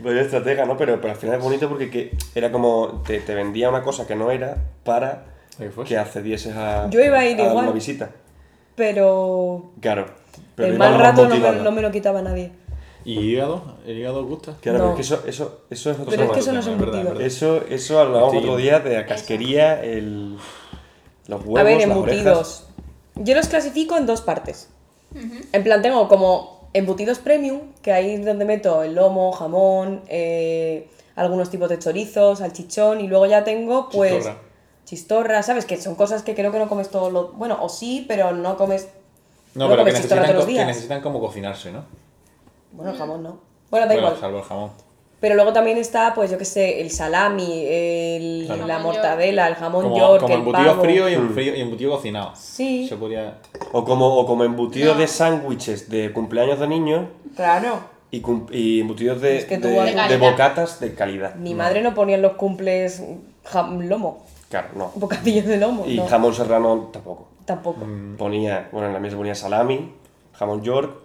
Speaker 4: Vaya estratega, ¿no? Pero, pero al final es bonito porque que era como te, te vendía una cosa que no era para
Speaker 2: Ahí fue.
Speaker 4: que accedieses a,
Speaker 3: Yo iba a ir igual.
Speaker 4: una visita.
Speaker 3: Pero,
Speaker 4: Claro. Pero
Speaker 3: el
Speaker 4: iba
Speaker 3: mal
Speaker 4: más
Speaker 3: rato no me,
Speaker 4: motivada.
Speaker 3: no me lo quitaba nadie.
Speaker 2: ¿Y hígado? ¿El hígado gusta?
Speaker 4: Claro, pero
Speaker 3: No.
Speaker 4: es que eso, eso, eso es otro
Speaker 3: Pero es
Speaker 4: tema.
Speaker 3: que eso no es
Speaker 2: Es verdad, es
Speaker 3: embutido.
Speaker 2: verdad.
Speaker 4: Eso, eso hablábamos
Speaker 2: Sí.
Speaker 4: otro día de la casquería, el, los huevos,
Speaker 3: a ver,
Speaker 4: las
Speaker 3: embutidos. Yo los clasifico en dos partes. En plan, tengo como embutidos premium, que ahí es donde meto el lomo, jamón, eh, algunos tipos de chorizos, salchichón, y luego ya tengo, pues.
Speaker 2: Chistorra.
Speaker 3: chistorra, ¿sabes? Que son cosas que creo que no comes todo lo. Bueno, o sí, pero no comes.
Speaker 2: No, pero que
Speaker 3: comes chistorra
Speaker 2: necesitan,
Speaker 3: todos los
Speaker 2: co- que
Speaker 3: días.
Speaker 2: necesitan como cocinarse, ¿no?
Speaker 3: Bueno, el jamón no. Bueno, da
Speaker 2: Bueno,
Speaker 3: igual.
Speaker 2: salvo el jamón.
Speaker 3: Pero luego también está, pues yo qué sé, el salami, el-
Speaker 2: Claro.
Speaker 3: la
Speaker 1: Jamón york.
Speaker 3: mortadela, el jamón
Speaker 2: Como,
Speaker 3: york,
Speaker 2: como
Speaker 3: el
Speaker 2: embutido
Speaker 3: pavo.
Speaker 2: frío y,
Speaker 4: Mm.
Speaker 2: un frío y embutido cocinado.
Speaker 3: Sí.
Speaker 2: Se podía...
Speaker 4: orejas. O como, o como embutidos
Speaker 1: No.
Speaker 4: de sándwiches de cumpleaños de niños
Speaker 3: Claro.
Speaker 4: y, cum- y embutidos de,
Speaker 3: Es que tú
Speaker 4: de,
Speaker 3: vas- De
Speaker 4: de
Speaker 1: calidad.
Speaker 4: bocatas de calidad.
Speaker 3: Mi madre no ponía en los cumples jam- lomo,
Speaker 4: Claro, no.
Speaker 3: bocadillos de lomo.
Speaker 4: Y
Speaker 3: no,
Speaker 4: jamón serrano tampoco.
Speaker 3: Tampoco.
Speaker 4: Mm. Ponía, bueno, en la mesa ponía salami, jamón york,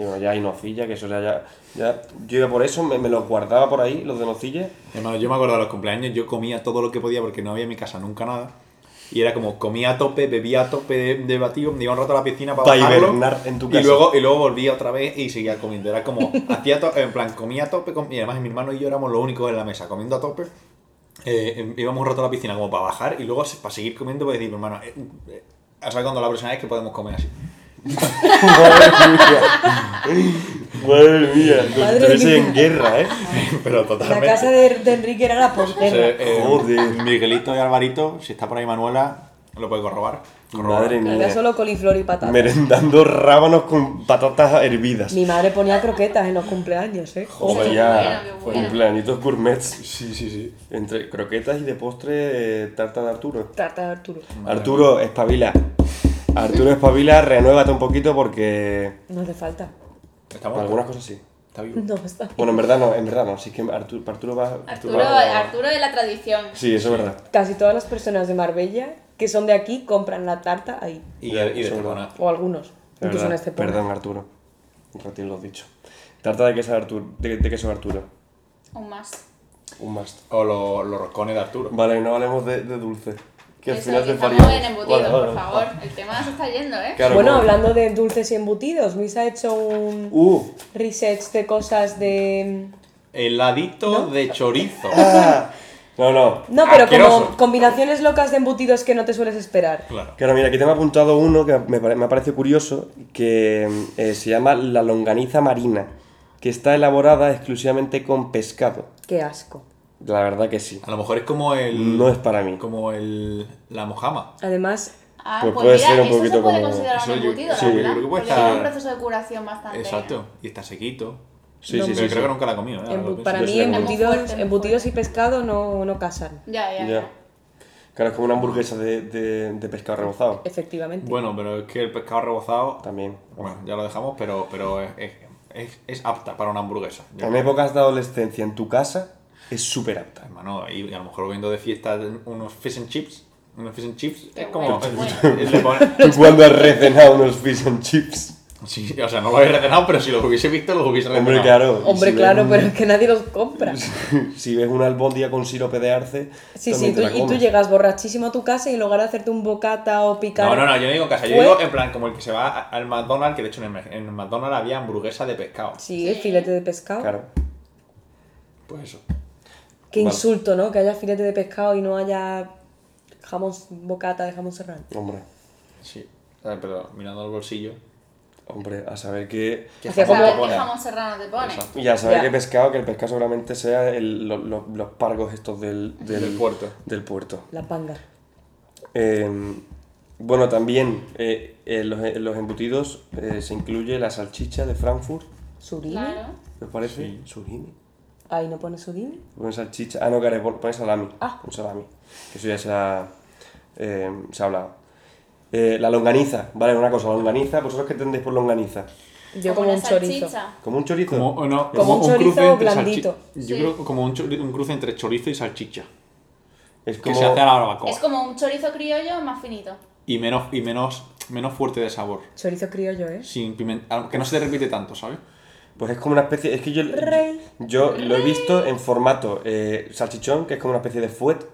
Speaker 4: y bueno, ya hay nocilla, que eso ya, ya, ya- yo iba por eso, me, me los guardaba por
Speaker 3: *laughs*
Speaker 4: ahí, los de nocilla,
Speaker 2: Hermano, yo me acuerdo de los cumpleaños, yo comía todo lo que podía porque no había en mi casa nunca nada. Y era como comía a tope, bebía a tope de, de batido, me iba un rato a la piscina para,
Speaker 4: Para
Speaker 2: bajarlo,
Speaker 4: hibernar en tu
Speaker 2: Y
Speaker 4: casa.
Speaker 2: luego, y luego volvía otra vez y seguía comiendo. Era como, hacía to- en plan, comía a tope, com- y además mi hermano y yo éramos los únicos en la mesa comiendo a tope. Eh, em- íbamos un rato a la piscina como para bajar y luego se- para seguir comiendo, pues decir, mi hermano, eh, eh, a saber cuándo la próxima vez que podemos comer así. *laughs*
Speaker 4: *laughs* Madre mía, los
Speaker 3: Madre
Speaker 4: tres
Speaker 3: mía.
Speaker 4: en guerra, ¿eh?
Speaker 2: Pero
Speaker 3: La
Speaker 2: totalmente.
Speaker 3: casa de, de Enrique era la
Speaker 2: O sea,
Speaker 3: posguerra.
Speaker 2: eh,
Speaker 4: Joder.
Speaker 2: Miguelito y Alvarito, si está por ahí Manuela, lo puede corrobar. Corrobar.
Speaker 4: Madre
Speaker 3: Había
Speaker 4: mía.
Speaker 3: solo coliflor y patatas.
Speaker 4: Merendando rábanos con patatas hervidas.
Speaker 3: Mi madre ponía croquetas en los cumpleaños, ¿eh?
Speaker 4: Joder,
Speaker 1: Qué
Speaker 4: ya.
Speaker 1: bueno, qué bueno.
Speaker 4: Cumpleañitos gourmets.
Speaker 2: Sí, sí, sí.
Speaker 4: Entre croquetas y de postre eh, tarta de Arturo.
Speaker 3: Tarta de Arturo.
Speaker 4: Arturo, espabila. Arturo, espabila, renuévate un poquito porque.
Speaker 3: No hace falta.
Speaker 2: Está
Speaker 4: para
Speaker 2: muerto.
Speaker 4: algunas cosas sí.
Speaker 2: Está vivo.
Speaker 3: No, está bien.
Speaker 4: Bueno, en verdad no, en verdad no. Así que Arturo, para Arturo va.
Speaker 1: Arturo,
Speaker 4: va-
Speaker 1: Arturo de la tradición.
Speaker 4: Sí, eso es verdad.
Speaker 3: Casi todas las personas de Marbella que son de aquí compran la tarta ahí.
Speaker 2: Y, de- y de
Speaker 4: Eso es
Speaker 2: Estepona.
Speaker 3: O algunos.
Speaker 4: Es
Speaker 3: Incluso en
Speaker 4: verdad.
Speaker 3: este pueblo.
Speaker 4: Perdón, Arturo. Retiro lo dicho. Tarta de queso de Arturo. De, de queso de Arturo.
Speaker 1: Un más.
Speaker 4: Un must.
Speaker 2: O lo- los roscones de Arturo.
Speaker 4: Vale, no hablemos de, de dulce. Que al
Speaker 1: Eso,
Speaker 4: final
Speaker 1: que
Speaker 4: te
Speaker 1: estamos
Speaker 4: faríamos.
Speaker 1: en embutidos,
Speaker 4: Vale, vale,
Speaker 1: por
Speaker 4: vale.
Speaker 1: favor. El tema se está yendo, ¿eh?
Speaker 4: Claro,
Speaker 3: bueno,
Speaker 4: como-
Speaker 3: hablando de dulces y embutidos, Luis ha hecho un
Speaker 4: Uh.
Speaker 3: research de cosas de...
Speaker 2: Heladito de chorizo.
Speaker 4: Ah. No, no.
Speaker 3: No, pero
Speaker 2: Asqueroso.
Speaker 3: como combinaciones locas de embutidos que no te sueles esperar.
Speaker 2: Claro.
Speaker 4: Claro, mira, aquí te me ha apuntado uno que me, pare- me ha parecido curioso, que eh, se llama la longaniza marina, que está elaborada exclusivamente con pescado.
Speaker 3: Qué asco.
Speaker 4: La verdad que sí.
Speaker 2: A lo mejor es como el.
Speaker 4: No es para mí.
Speaker 2: Como el. La mojama.
Speaker 3: Además,
Speaker 1: Ah,
Speaker 4: Pues
Speaker 1: pues,
Speaker 4: puede
Speaker 1: mira,
Speaker 4: ser un
Speaker 1: eso
Speaker 4: poquito
Speaker 1: se puede
Speaker 4: como-
Speaker 1: considerar
Speaker 2: Eso
Speaker 1: un
Speaker 2: yo-
Speaker 1: embutido,
Speaker 2: sí,
Speaker 1: la
Speaker 2: yo
Speaker 1: verdad.
Speaker 2: creo que puede
Speaker 1: porque tiene un
Speaker 2: estar-
Speaker 1: proceso de curación bastante.
Speaker 2: Exacto. Y está sequito.
Speaker 4: Sí,
Speaker 3: No,
Speaker 4: sí,
Speaker 2: Pero
Speaker 4: sí.
Speaker 2: creo
Speaker 4: sí.
Speaker 2: que nunca la he comido. ¿eh?
Speaker 4: Ah,
Speaker 2: ahora
Speaker 3: embu-
Speaker 2: que lo pienso.
Speaker 3: para
Speaker 4: Yo
Speaker 3: mí
Speaker 4: soy muy
Speaker 3: embutidos,
Speaker 1: fuerte, muy
Speaker 3: embutidos
Speaker 1: fuerte.
Speaker 3: y pescado no, no casan,
Speaker 1: Ya, ya,
Speaker 4: Ya.
Speaker 1: ya.
Speaker 4: Claro, es como una hamburguesa de, de- de pescado rebozado.
Speaker 3: efectivamente.
Speaker 2: Bueno, pero es que el pescado rebozado.
Speaker 4: También.
Speaker 2: Bueno, ya lo dejamos, pero, pero es, es, es- es apta para una hamburguesa. Yo
Speaker 4: En épocas de adolescencia en tu casa es súper apta.
Speaker 2: Hermano, y a lo mejor viendo de fiesta unos fish and chips. Unos fish and chips.
Speaker 1: Qué
Speaker 2: es como.
Speaker 1: bueno,
Speaker 2: *laughs* le ponen-
Speaker 4: ¿Tú cuando has recenado unos fish and chips?
Speaker 2: Sí, *laughs* o sea, no lo habéis retenado, pero si los hubiese visto, los hubiese retenado.
Speaker 4: Hombre, claro.
Speaker 3: Hombre,
Speaker 4: si ves
Speaker 3: claro,
Speaker 4: un-
Speaker 3: pero es que nadie los
Speaker 4: *laughs*
Speaker 3: compra.
Speaker 4: si ves una albóndiga con sirope de arce,
Speaker 3: Sí, sí,
Speaker 4: también te
Speaker 3: tú-
Speaker 4: la
Speaker 3: y tú
Speaker 4: comes.
Speaker 3: llegas borrachísimo a tu casa y en lugar de hacerte un bocata o picar...
Speaker 2: No, no, no, yo no digo en casa, yo
Speaker 3: Fue-
Speaker 2: digo en plan como el que se va a- al McDonald's, que de hecho en el, en el McDonald's había hamburguesa de pescado.
Speaker 3: Sí, filete de pescado.
Speaker 4: Claro.
Speaker 2: Pues eso.
Speaker 3: Qué
Speaker 4: Vale.
Speaker 3: insulto, ¿no? Que haya filete de pescado y no haya jamón bocata de jamón serrano.
Speaker 4: Hombre.
Speaker 2: Sí. A ver, Pero mirando al bolsillo.
Speaker 4: Hombre, a saber que.
Speaker 2: ¿qué
Speaker 3: Hacía
Speaker 1: O sea,
Speaker 2: jamón
Speaker 1: a
Speaker 2: te
Speaker 1: ver
Speaker 3: como-
Speaker 1: qué
Speaker 2: pone?
Speaker 1: jamón serrano te pone.
Speaker 2: Exacto.
Speaker 4: Y a saber
Speaker 3: Ya.
Speaker 4: que pescado, que el pescado seguramente sea el- lo- lo- los pargos estos del, del,
Speaker 2: Del puerto.
Speaker 4: del puerto.
Speaker 3: La panga.
Speaker 4: Eh, bueno, también eh, en los, en los embutidos eh, se incluye la salchicha de Frankfurt,
Speaker 3: ¿Surimi?
Speaker 1: Claro.
Speaker 4: ¿os parece?
Speaker 2: Sí.
Speaker 4: Surimi.
Speaker 3: Ahí no pone surimi.
Speaker 4: Ponen salchicha. Ah, no, que ponen salami.
Speaker 3: Ah.
Speaker 4: Un salami. Que eso ya se ha, eh, se ha hablado. Eh, la longaniza, vale, una cosa, la longaniza, ¿vosotros qué entendéis por longaniza?
Speaker 3: Yo como
Speaker 1: una
Speaker 3: un chorizo.
Speaker 1: salchicha.
Speaker 4: ¿Como un chorizo?
Speaker 2: Como, no,
Speaker 3: Como un chorizo
Speaker 2: cruce entre
Speaker 3: blandito.
Speaker 2: salchi- Yo
Speaker 1: Sí.
Speaker 2: creo que como un, chori- un cruce entre chorizo y salchicha.
Speaker 4: Es
Speaker 2: Que se hace a la barbacoa.
Speaker 1: Es como un chorizo criollo más finito.
Speaker 2: Y menos, y menos, menos fuerte de sabor.
Speaker 3: Chorizo criollo, ¿eh?
Speaker 2: Sin pimenta, que no se te repite tanto, ¿sabes?
Speaker 4: Pues es como una especie. Es que yo,
Speaker 3: Rey.
Speaker 4: yo lo he visto en formato eh, salchichón, que es como una especie de fuet,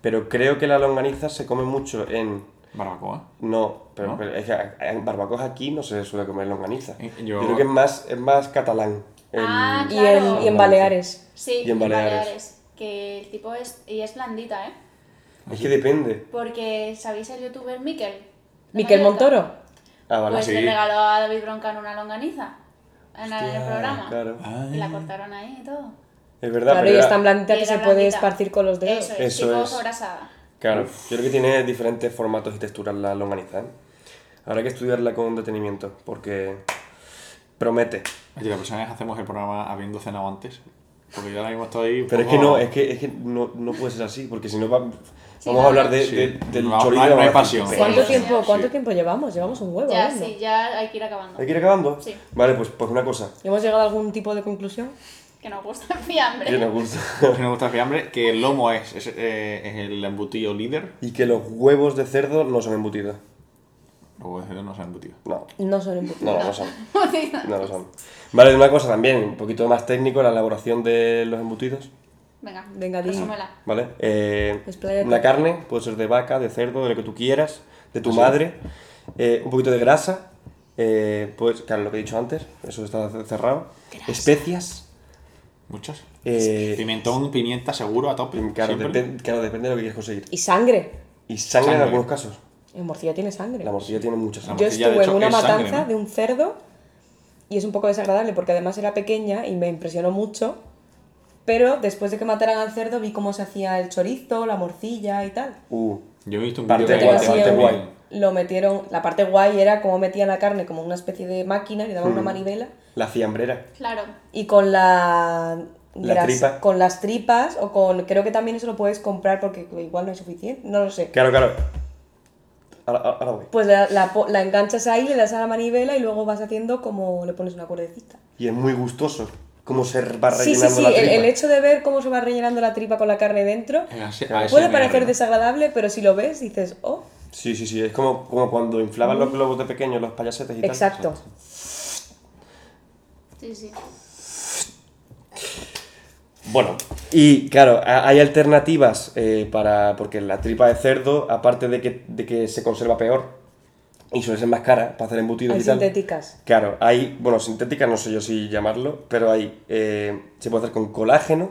Speaker 4: pero creo que la longaniza se come mucho en.
Speaker 2: Barbacoa.
Speaker 4: No, pero,
Speaker 2: ¿No?
Speaker 4: pero es que a- en barbacoas aquí no se suele comer longaniza.
Speaker 2: Eh,
Speaker 4: Yo,
Speaker 2: yo-
Speaker 4: creo que es más, es más catalán. el-
Speaker 1: Ah,
Speaker 3: Y
Speaker 1: Claro.
Speaker 3: en, y en Baleares.
Speaker 1: Sí,
Speaker 4: Y en Baleares.
Speaker 1: Que el tipo es. Y es blandita, ¿eh?
Speaker 4: Es que depende.
Speaker 1: Porque, ¿sabéis el youtuber Miquel? De
Speaker 3: Miquel
Speaker 1: Mallorca?
Speaker 3: Montoro.
Speaker 4: Ah, vale.
Speaker 1: Pues
Speaker 2: sí.
Speaker 1: le regaló a David Broncan una longaniza. En el
Speaker 4: Hostia,
Speaker 1: programa.
Speaker 4: Claro.
Speaker 1: Y la cortaron ahí y todo.
Speaker 4: Es verdad,
Speaker 3: Claro,
Speaker 4: pero
Speaker 3: y
Speaker 4: era-
Speaker 3: es tan blandita
Speaker 1: Y
Speaker 3: que
Speaker 1: era
Speaker 3: se puede
Speaker 1: blandita.
Speaker 3: esparcir con los dedos.
Speaker 1: Eso es,
Speaker 4: Eso
Speaker 1: tipo
Speaker 4: es.
Speaker 1: sobrasada.
Speaker 4: Claro, yo creo que tiene diferentes formatos y texturas la longaniza. ¿eh? Habrá que estudiarla con detenimiento, porque promete.
Speaker 2: Oye, la próxima vez hacemos el programa habiendo cenado antes. Porque yo ahora mismo estoy. un
Speaker 4: Pero es que
Speaker 2: poco-
Speaker 4: no, es que, es que no, no puede ser así, porque si no va- vamos
Speaker 1: no,
Speaker 4: a hablar de,
Speaker 2: sí.
Speaker 4: de- del
Speaker 2: No, no
Speaker 4: chorizo.
Speaker 2: hay- no hay
Speaker 4: vamos a-
Speaker 2: pasión.
Speaker 3: ¿Cuánto
Speaker 1: Sí,
Speaker 3: tiempo,
Speaker 1: sí.
Speaker 3: cuánto tiempo llevamos? Llevamos un huevo,
Speaker 1: Ya,
Speaker 3: ¿eh?
Speaker 1: sí, ya hay que ir acabando.
Speaker 4: ¿Hay que ir acabando?
Speaker 1: Sí.
Speaker 4: Vale, pues, pues una cosa.
Speaker 3: ¿Hemos llegado a algún tipo de conclusión?
Speaker 1: Que nos gusta el fiambre. *laughs*
Speaker 4: Que nos gusta. *laughs*
Speaker 2: Que nos gusta el fiambre, que el lomo es, es, eh, es el embutido líder.
Speaker 4: y que los huevos de cerdo no son embutidos.
Speaker 2: Luego de no se ha embutido.
Speaker 4: No,
Speaker 3: No son embutidos.
Speaker 4: no, no, lo son. No lo son. Vale, una cosa también, un poquito más técnico, la elaboración de los embutidos.
Speaker 1: Venga,
Speaker 3: Venga, di.
Speaker 1: resúmela.
Speaker 4: ¿Vale? Eh,
Speaker 3: Expláyate.
Speaker 4: una carne, puede ser de vaca, de cerdo, de lo que tú quieras, de tu
Speaker 2: Sí.
Speaker 4: madre. eh, un poquito de grasa, eh, pues, claro, lo que he dicho antes, eso está ce- cerrado. Especias.
Speaker 2: Muchas.
Speaker 4: eh,
Speaker 2: Pimentón, pimienta seguro a tope.
Speaker 4: prim- claro,
Speaker 2: siempre.
Speaker 4: depen- claro, depende de lo que quieras conseguir.
Speaker 3: Y sangre.
Speaker 4: Y sangre, en
Speaker 2: Sangre.
Speaker 4: algunos casos.
Speaker 3: En morcilla tiene sangre.
Speaker 4: La morcilla tiene mucha
Speaker 2: La
Speaker 4: sangre.
Speaker 3: Yo
Speaker 2: morcilla, de
Speaker 3: estuve en
Speaker 2: hecho,
Speaker 3: una
Speaker 2: es
Speaker 3: matanza
Speaker 2: sangre, ¿no?
Speaker 3: de un cerdo y es un poco desagradable porque además era pequeña y me impresionó mucho. Pero después de que mataran al cerdo vi cómo se hacía el chorizo, la morcilla y tal.
Speaker 4: Uh,
Speaker 2: Yo he visto un
Speaker 4: Parte
Speaker 2: vídeo que
Speaker 4: guay,
Speaker 2: hacen
Speaker 4: parte
Speaker 2: también.
Speaker 4: guay.
Speaker 3: Lo metieron, la parte guay era cómo metían la carne como una especie de máquina, le
Speaker 4: Hmm.
Speaker 3: daban una manivela
Speaker 4: la fiambrera.
Speaker 1: Claro.
Speaker 3: y con la,
Speaker 4: La
Speaker 3: las-
Speaker 4: tripa.
Speaker 3: con las tripas o con creo que también eso lo puedes comprar porque igual no es suficiente, no lo sé.
Speaker 4: Claro, claro. Ahora, ahora- ahora voy.
Speaker 3: Pues la, la po- la enganchas ahí, le das a la manivela y luego vas haciendo como le pones una cuerdecita.
Speaker 4: Y es muy gustoso cómo se va rellenando
Speaker 3: Sí, sí, sí.
Speaker 4: la
Speaker 3: El,
Speaker 4: tripa.
Speaker 3: el hecho de ver cómo se va rellenando la tripa con la carne dentro
Speaker 2: En Asia-
Speaker 4: Ah,
Speaker 3: puede
Speaker 2: ASMR,
Speaker 3: parecer
Speaker 2: ¿no?
Speaker 3: desagradable, pero si lo ves dices, oh,
Speaker 4: Sí, sí, sí. Es como, como cuando inflaban los globos de pequeños, los payasetes y tal.
Speaker 3: Mm. exacto.
Speaker 1: Sí, sí.
Speaker 4: Bueno, y claro, ha- hay alternativas eh, para. Porque la tripa de cerdo, aparte de que, de que se conserva peor y suele ser más cara para hacer embutidos
Speaker 3: Hay
Speaker 4: y tal.
Speaker 3: sintéticas.
Speaker 4: Claro, hay. Bueno, sintéticas no sé yo si llamarlo, pero hay. eh, se puede hacer con colágeno,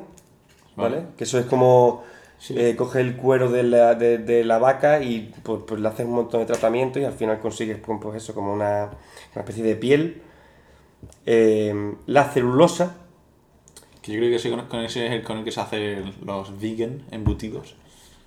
Speaker 4: ¿vale?
Speaker 2: Vale.
Speaker 4: Que eso es como.
Speaker 2: Sí.
Speaker 4: eh, coge el cuero de la, de, de la vaca y pues, pues, le haces un montón de tratamientos y al final consigues pues, pues eso, como una, una especie de piel. Eh, la celulosa,
Speaker 2: Que yo creo que sí, con, con ese es el con el que se hacen los vegan embutidos.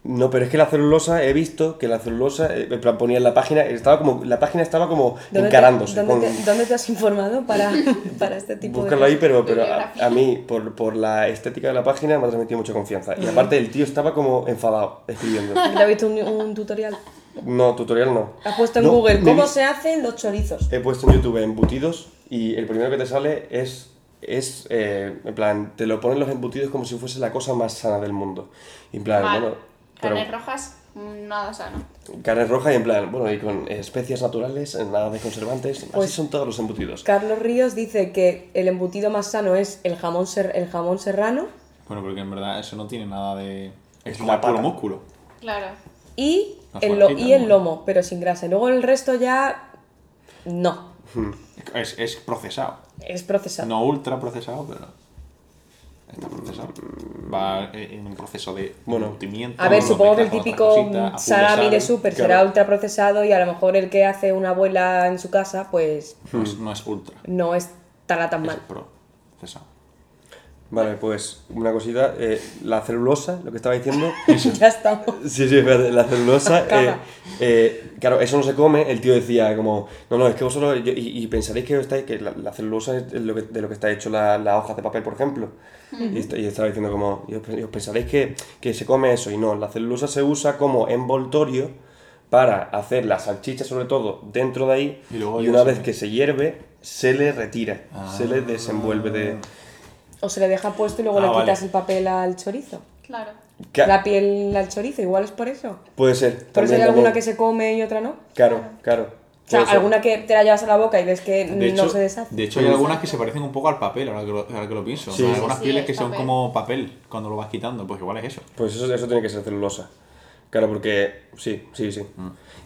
Speaker 4: No, pero es que la celulosa, he visto que la celulosa, eh, en plan, ponía en la página, estaba como, la página estaba como
Speaker 3: te,
Speaker 4: encarándose.
Speaker 3: dónde
Speaker 4: con-
Speaker 3: te- dónde te has informado para, *laughs* para este tipo
Speaker 4: Búscalo
Speaker 3: de
Speaker 4: ahí, pero, pero a,
Speaker 1: Bibliografía.
Speaker 4: a mí, por, por la estética de la página, me ha transmitido mucha confianza. Y aparte, el tío estaba como enfadado
Speaker 3: *laughs*
Speaker 4: escribiendo.
Speaker 3: cosas? ¿Te has visto un, un tutorial?
Speaker 4: No, tutorial no.
Speaker 3: Has puesto en
Speaker 4: No,
Speaker 3: Google
Speaker 4: me he
Speaker 3: cómo
Speaker 4: vis-
Speaker 3: se hacen los chorizos.
Speaker 4: He puesto en YouTube embutidos y el primero que te sale es, es eh, en plan, te lo ponen los embutidos como si fuese la cosa más sana del mundo. Y en plan,
Speaker 1: Mal.
Speaker 4: bueno... pero-
Speaker 1: Carnes rojas, mm, nada sano.
Speaker 4: Carne roja y en plan, bueno, y con especias naturales, eh, nada de conservantes,
Speaker 3: Pues-
Speaker 4: así son todos los embutidos.
Speaker 3: Carlos Ríos dice que el embutido más sano es el jamón, ser- el jamón serrano
Speaker 2: Bueno, porque en verdad eso no tiene nada de.
Speaker 4: Es
Speaker 2: Es como el
Speaker 4: la pata.
Speaker 2: puro músculo.
Speaker 1: Claro.
Speaker 3: y
Speaker 2: Las
Speaker 3: el, lo-
Speaker 2: marquitas,
Speaker 3: y el
Speaker 2: ¿no?
Speaker 3: lomo, pero sin grasa. Y luego el resto ya no,
Speaker 2: Es, es procesado.
Speaker 3: es procesado.
Speaker 2: No ultra procesado, pero. Está procesado. Va eh, en en un proceso de
Speaker 4: Bueno.
Speaker 2: embutimiento,
Speaker 3: A ver,
Speaker 2: lo
Speaker 3: supongo que el
Speaker 2: mezclas con otras
Speaker 3: típico
Speaker 2: cositas, a full de
Speaker 3: salami de
Speaker 2: sal,
Speaker 3: súper
Speaker 4: claro.
Speaker 3: será ultraprocesado y a lo mejor el que hace una abuela en su casa, pues
Speaker 2: No
Speaker 4: Mm.
Speaker 2: es, no es ultra.
Speaker 3: no estará tan
Speaker 2: Es
Speaker 3: mal. *laughs*
Speaker 2: pro procesado.
Speaker 4: Vale, pues una cosita, eh, la celulosa, lo que estaba diciendo.
Speaker 3: ya estamos.
Speaker 4: Sí, sí, espérate,
Speaker 3: *laughs*
Speaker 4: la celulosa. eh,
Speaker 3: Cama.
Speaker 4: eh, claro, eso no se come. El tío decía como, no, no, es que vosotros, yo- y, y pensaréis que, estáis, que la, la celulosa es lo que- de lo que está hecho la, la hoja de papel, por ejemplo. y, est- y estaba diciendo como, y os, y os pensaréis que, que se come eso. Y no, la celulosa se usa como envoltorio para hacer la salchicha, sobre todo, dentro de ahí.
Speaker 2: Y luego
Speaker 4: y
Speaker 2: ya
Speaker 4: una
Speaker 2: se-
Speaker 4: vez que se hierve, se le retira, se le desenvuelve de...
Speaker 3: O se le deja puesto y luego
Speaker 2: Ah,
Speaker 3: le
Speaker 2: vale.
Speaker 3: quitas el papel al chorizo.
Speaker 1: Claro.
Speaker 4: Ca-
Speaker 3: La piel al chorizo, igual es por eso.
Speaker 4: Puede ser.
Speaker 3: Por eso hay
Speaker 4: también,
Speaker 3: alguna
Speaker 4: también.
Speaker 3: que se come y otra no.
Speaker 4: Claro, claro.
Speaker 3: O sea,
Speaker 4: Puede ser.
Speaker 3: alguna que te la llevas a la boca y ves que
Speaker 2: De
Speaker 3: no
Speaker 2: hecho,
Speaker 3: se deshace.
Speaker 2: de hecho, hay algunas que se parecen un poco al papel, ahora que lo, ahora que lo pienso.
Speaker 4: Sí,
Speaker 2: Hay
Speaker 4: sí,
Speaker 2: algunas
Speaker 1: sí,
Speaker 2: pieles
Speaker 1: es
Speaker 2: que son
Speaker 1: papel.
Speaker 2: como papel cuando lo vas quitando, pues igual es eso.
Speaker 4: Pues eso, eso tiene que ser celulosa. Claro, porque sí, sí, sí.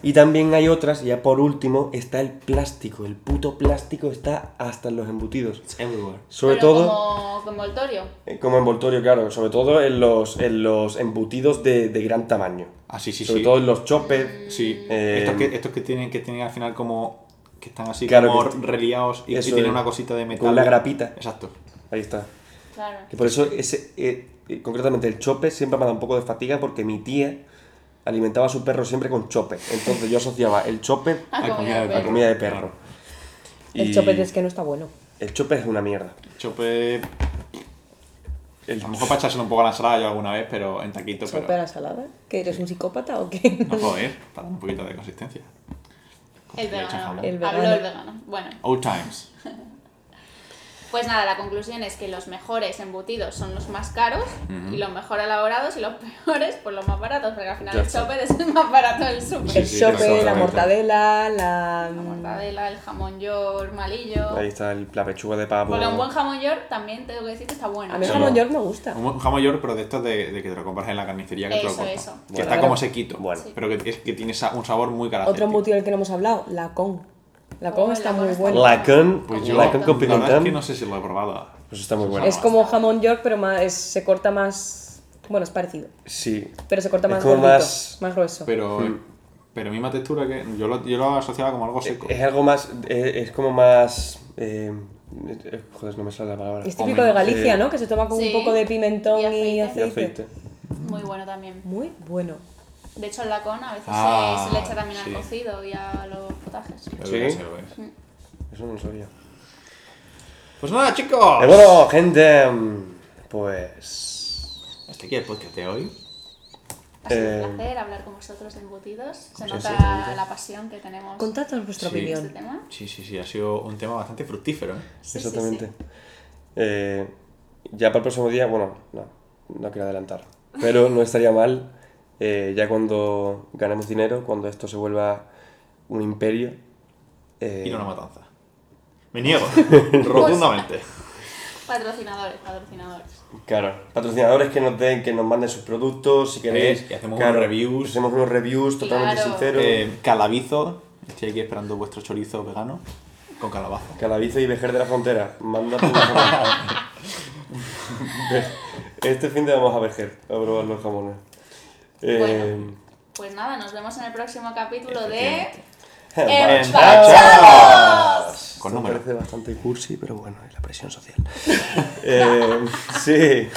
Speaker 4: Y también hay otras, y ya por último, está el plástico. El puto plástico está hasta en los embutidos.
Speaker 2: It's everywhere.
Speaker 4: Sobre
Speaker 1: Pero
Speaker 4: todo, eh,
Speaker 1: Como, como envoltorio.
Speaker 4: como... envoltorio, claro. Sobre todo en los, en los embutidos de, de gran tamaño.
Speaker 2: Ah, sí, sí,
Speaker 4: sobre
Speaker 2: sí.
Speaker 4: todo en los choppers.
Speaker 2: Sí,
Speaker 4: Eh,
Speaker 2: estos, que, estos que tienen que tienen al final como que están así
Speaker 4: Claro,
Speaker 2: como
Speaker 4: que-
Speaker 2: reliados y, y
Speaker 4: eso
Speaker 2: tienen
Speaker 4: es.
Speaker 2: una cosita de
Speaker 4: Con
Speaker 2: metal.
Speaker 4: una grapita.
Speaker 2: Exacto.
Speaker 4: Ahí está.
Speaker 1: Claro.
Speaker 4: Que por eso, ese, eh, eh, concretamente el chope siempre me ha dado un poco de fatiga porque mi tía alimentaba a su perro siempre con chope. Entonces yo asociaba el chope
Speaker 1: Ah,
Speaker 2: Hay
Speaker 1: comida de
Speaker 2: comida
Speaker 4: a
Speaker 2: de
Speaker 4: la
Speaker 1: perro.
Speaker 4: comida de perro.
Speaker 3: El
Speaker 4: Y
Speaker 3: chopete es que no está bueno.
Speaker 4: el chope es una mierda.
Speaker 2: Chope.
Speaker 4: El-
Speaker 2: A lo mejor para echárselo un poco a la ensalada yo alguna vez, pero en taquito,
Speaker 3: ¿Chope a
Speaker 2: pero.
Speaker 3: la salada? ¿Que eres un psicópata o qué? *laughs*
Speaker 2: No joder, para dar un poquito de consistencia. Con
Speaker 1: El
Speaker 2: leche,
Speaker 1: vegano.
Speaker 2: jamón.
Speaker 3: El
Speaker 1: Habló
Speaker 3: vegano.
Speaker 1: el vegano. Bueno.
Speaker 2: Old times.
Speaker 1: Pues nada, la conclusión es que los mejores embutidos son los más caros y los mejor elaborados y los *laughs* peores, pues los más baratos, porque al final
Speaker 4: Ya
Speaker 1: el
Speaker 4: está.
Speaker 1: chopper es el más barato del súper.
Speaker 2: Sí,
Speaker 3: el
Speaker 2: sí,
Speaker 3: chope, la
Speaker 2: exactamente.
Speaker 3: mortadela, la...
Speaker 1: La mortadela, el jamón york malillo.
Speaker 4: Mm. Ahí está el- la pechuga de pavo.
Speaker 1: Porque un buen jamón york también tengo que decir que está bueno.
Speaker 3: A mí el
Speaker 2: Sí.
Speaker 3: jamón york me gusta.
Speaker 2: Un buen jamón york, pero de estos de, de que te lo compras en la carnicería que te lo
Speaker 1: Eso,
Speaker 2: corta.
Speaker 1: eso.
Speaker 2: Que
Speaker 4: Bueno,
Speaker 2: está
Speaker 3: claro.
Speaker 2: como sequito,
Speaker 4: Bueno.
Speaker 1: Sí.
Speaker 2: pero que, es- que tiene sa- un sabor muy
Speaker 3: Otro
Speaker 2: característico.
Speaker 3: embutido del que no hemos hablado, la con. La con
Speaker 1: Oh,
Speaker 3: está
Speaker 1: la con
Speaker 3: muy
Speaker 1: está
Speaker 3: buena.
Speaker 1: buena.
Speaker 4: Lacón,
Speaker 2: Pues yo,
Speaker 4: lacón con
Speaker 2: la verdad es
Speaker 4: pimentón.
Speaker 2: que no sé si lo he probado.
Speaker 4: Pues está muy bueno.
Speaker 3: Es como jamón york, pero más, es- se corta más... Bueno, es parecido.
Speaker 4: Sí.
Speaker 3: Pero se corta
Speaker 4: Es
Speaker 3: más
Speaker 4: como
Speaker 3: gordito,
Speaker 4: más-
Speaker 3: más... grueso.
Speaker 2: Pero, pero misma textura que yo lo, yo lo asociaba como algo seco.
Speaker 4: Es algo más. eh, Es como más. eh, eh, joder, no me sale la palabra.
Speaker 1: ¿Este
Speaker 3: Es
Speaker 2: Hombre,
Speaker 3: típico de Galicia,
Speaker 4: sí.
Speaker 3: ¿no? Que se toma con
Speaker 1: Sí.
Speaker 3: un poco de pimentón
Speaker 1: Y
Speaker 3: y
Speaker 1: aceite.
Speaker 3: aceite.
Speaker 4: Y aceite.
Speaker 1: Muy bueno también.
Speaker 3: Muy bueno.
Speaker 1: De hecho, el lacón a veces
Speaker 2: Ah,
Speaker 1: se, se le echa también
Speaker 2: sí.
Speaker 1: al cocido y a los potajes.
Speaker 2: Lo
Speaker 4: Sí.
Speaker 2: voy a hacer, lo voy a hacer.
Speaker 4: Eso no lo sabía.
Speaker 2: Pues nada, chicos.
Speaker 4: Eh, bueno, gente. mm, Pues.
Speaker 2: Hasta aquí el podcast de hoy.
Speaker 1: Ha sido
Speaker 4: Eh,
Speaker 1: un placer hablar con vosotros de embutidos. Se
Speaker 4: Sí,
Speaker 1: nota
Speaker 4: sí, sí.
Speaker 1: la pasión que tenemos con
Speaker 3: Contadnos vuestra
Speaker 2: Sí.
Speaker 1: este
Speaker 3: opinión.
Speaker 1: tema.
Speaker 2: Sí, sí, sí, ha sido un tema bastante fructífero. ¿eh?
Speaker 1: Sí, sí,
Speaker 4: exactamente.
Speaker 1: sí.
Speaker 4: Eh, ya para el próximo día, bueno, no, no quiero adelantar. Pero no estaría mal eh, ya cuando ganemos dinero, cuando esto se vuelva un imperio. eh,
Speaker 2: Ir a una matanza. Me niego, rotundamente.
Speaker 1: Patrocinadores, patrocinadores.
Speaker 4: Claro, patrocinadores que nos den, que nos manden sus productos, si queréis.
Speaker 2: Eh, y hacemos
Speaker 4: claro,
Speaker 2: unos reviews.
Speaker 4: Hacemos unos reviews totalmente
Speaker 1: Claro.
Speaker 4: sinceros.
Speaker 2: Eh, calabizo, estoy aquí esperando vuestro chorizo vegano con calabaza.
Speaker 4: Calabizo y Vejer de la Frontera, manda tu jamón.
Speaker 2: *laughs*
Speaker 4: Este fin de vamos a Vejer, a probar los jamones. Eh,
Speaker 1: Bueno. Pues nada, nos vemos en el próximo capítulo de
Speaker 2: Efectivamente.
Speaker 1: Eh, Empachados.
Speaker 2: Con
Speaker 4: Esto
Speaker 2: número.
Speaker 4: parece bastante cursi, pero bueno, es la presión social. *laughs* Eh, sí,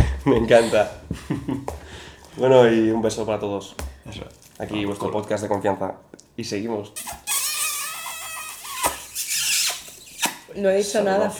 Speaker 4: *laughs* me encanta. Bueno, y un beso para todos.
Speaker 2: Eso.
Speaker 4: Aquí vuestro podcast de confianza. Y seguimos.
Speaker 3: No he dicho nada.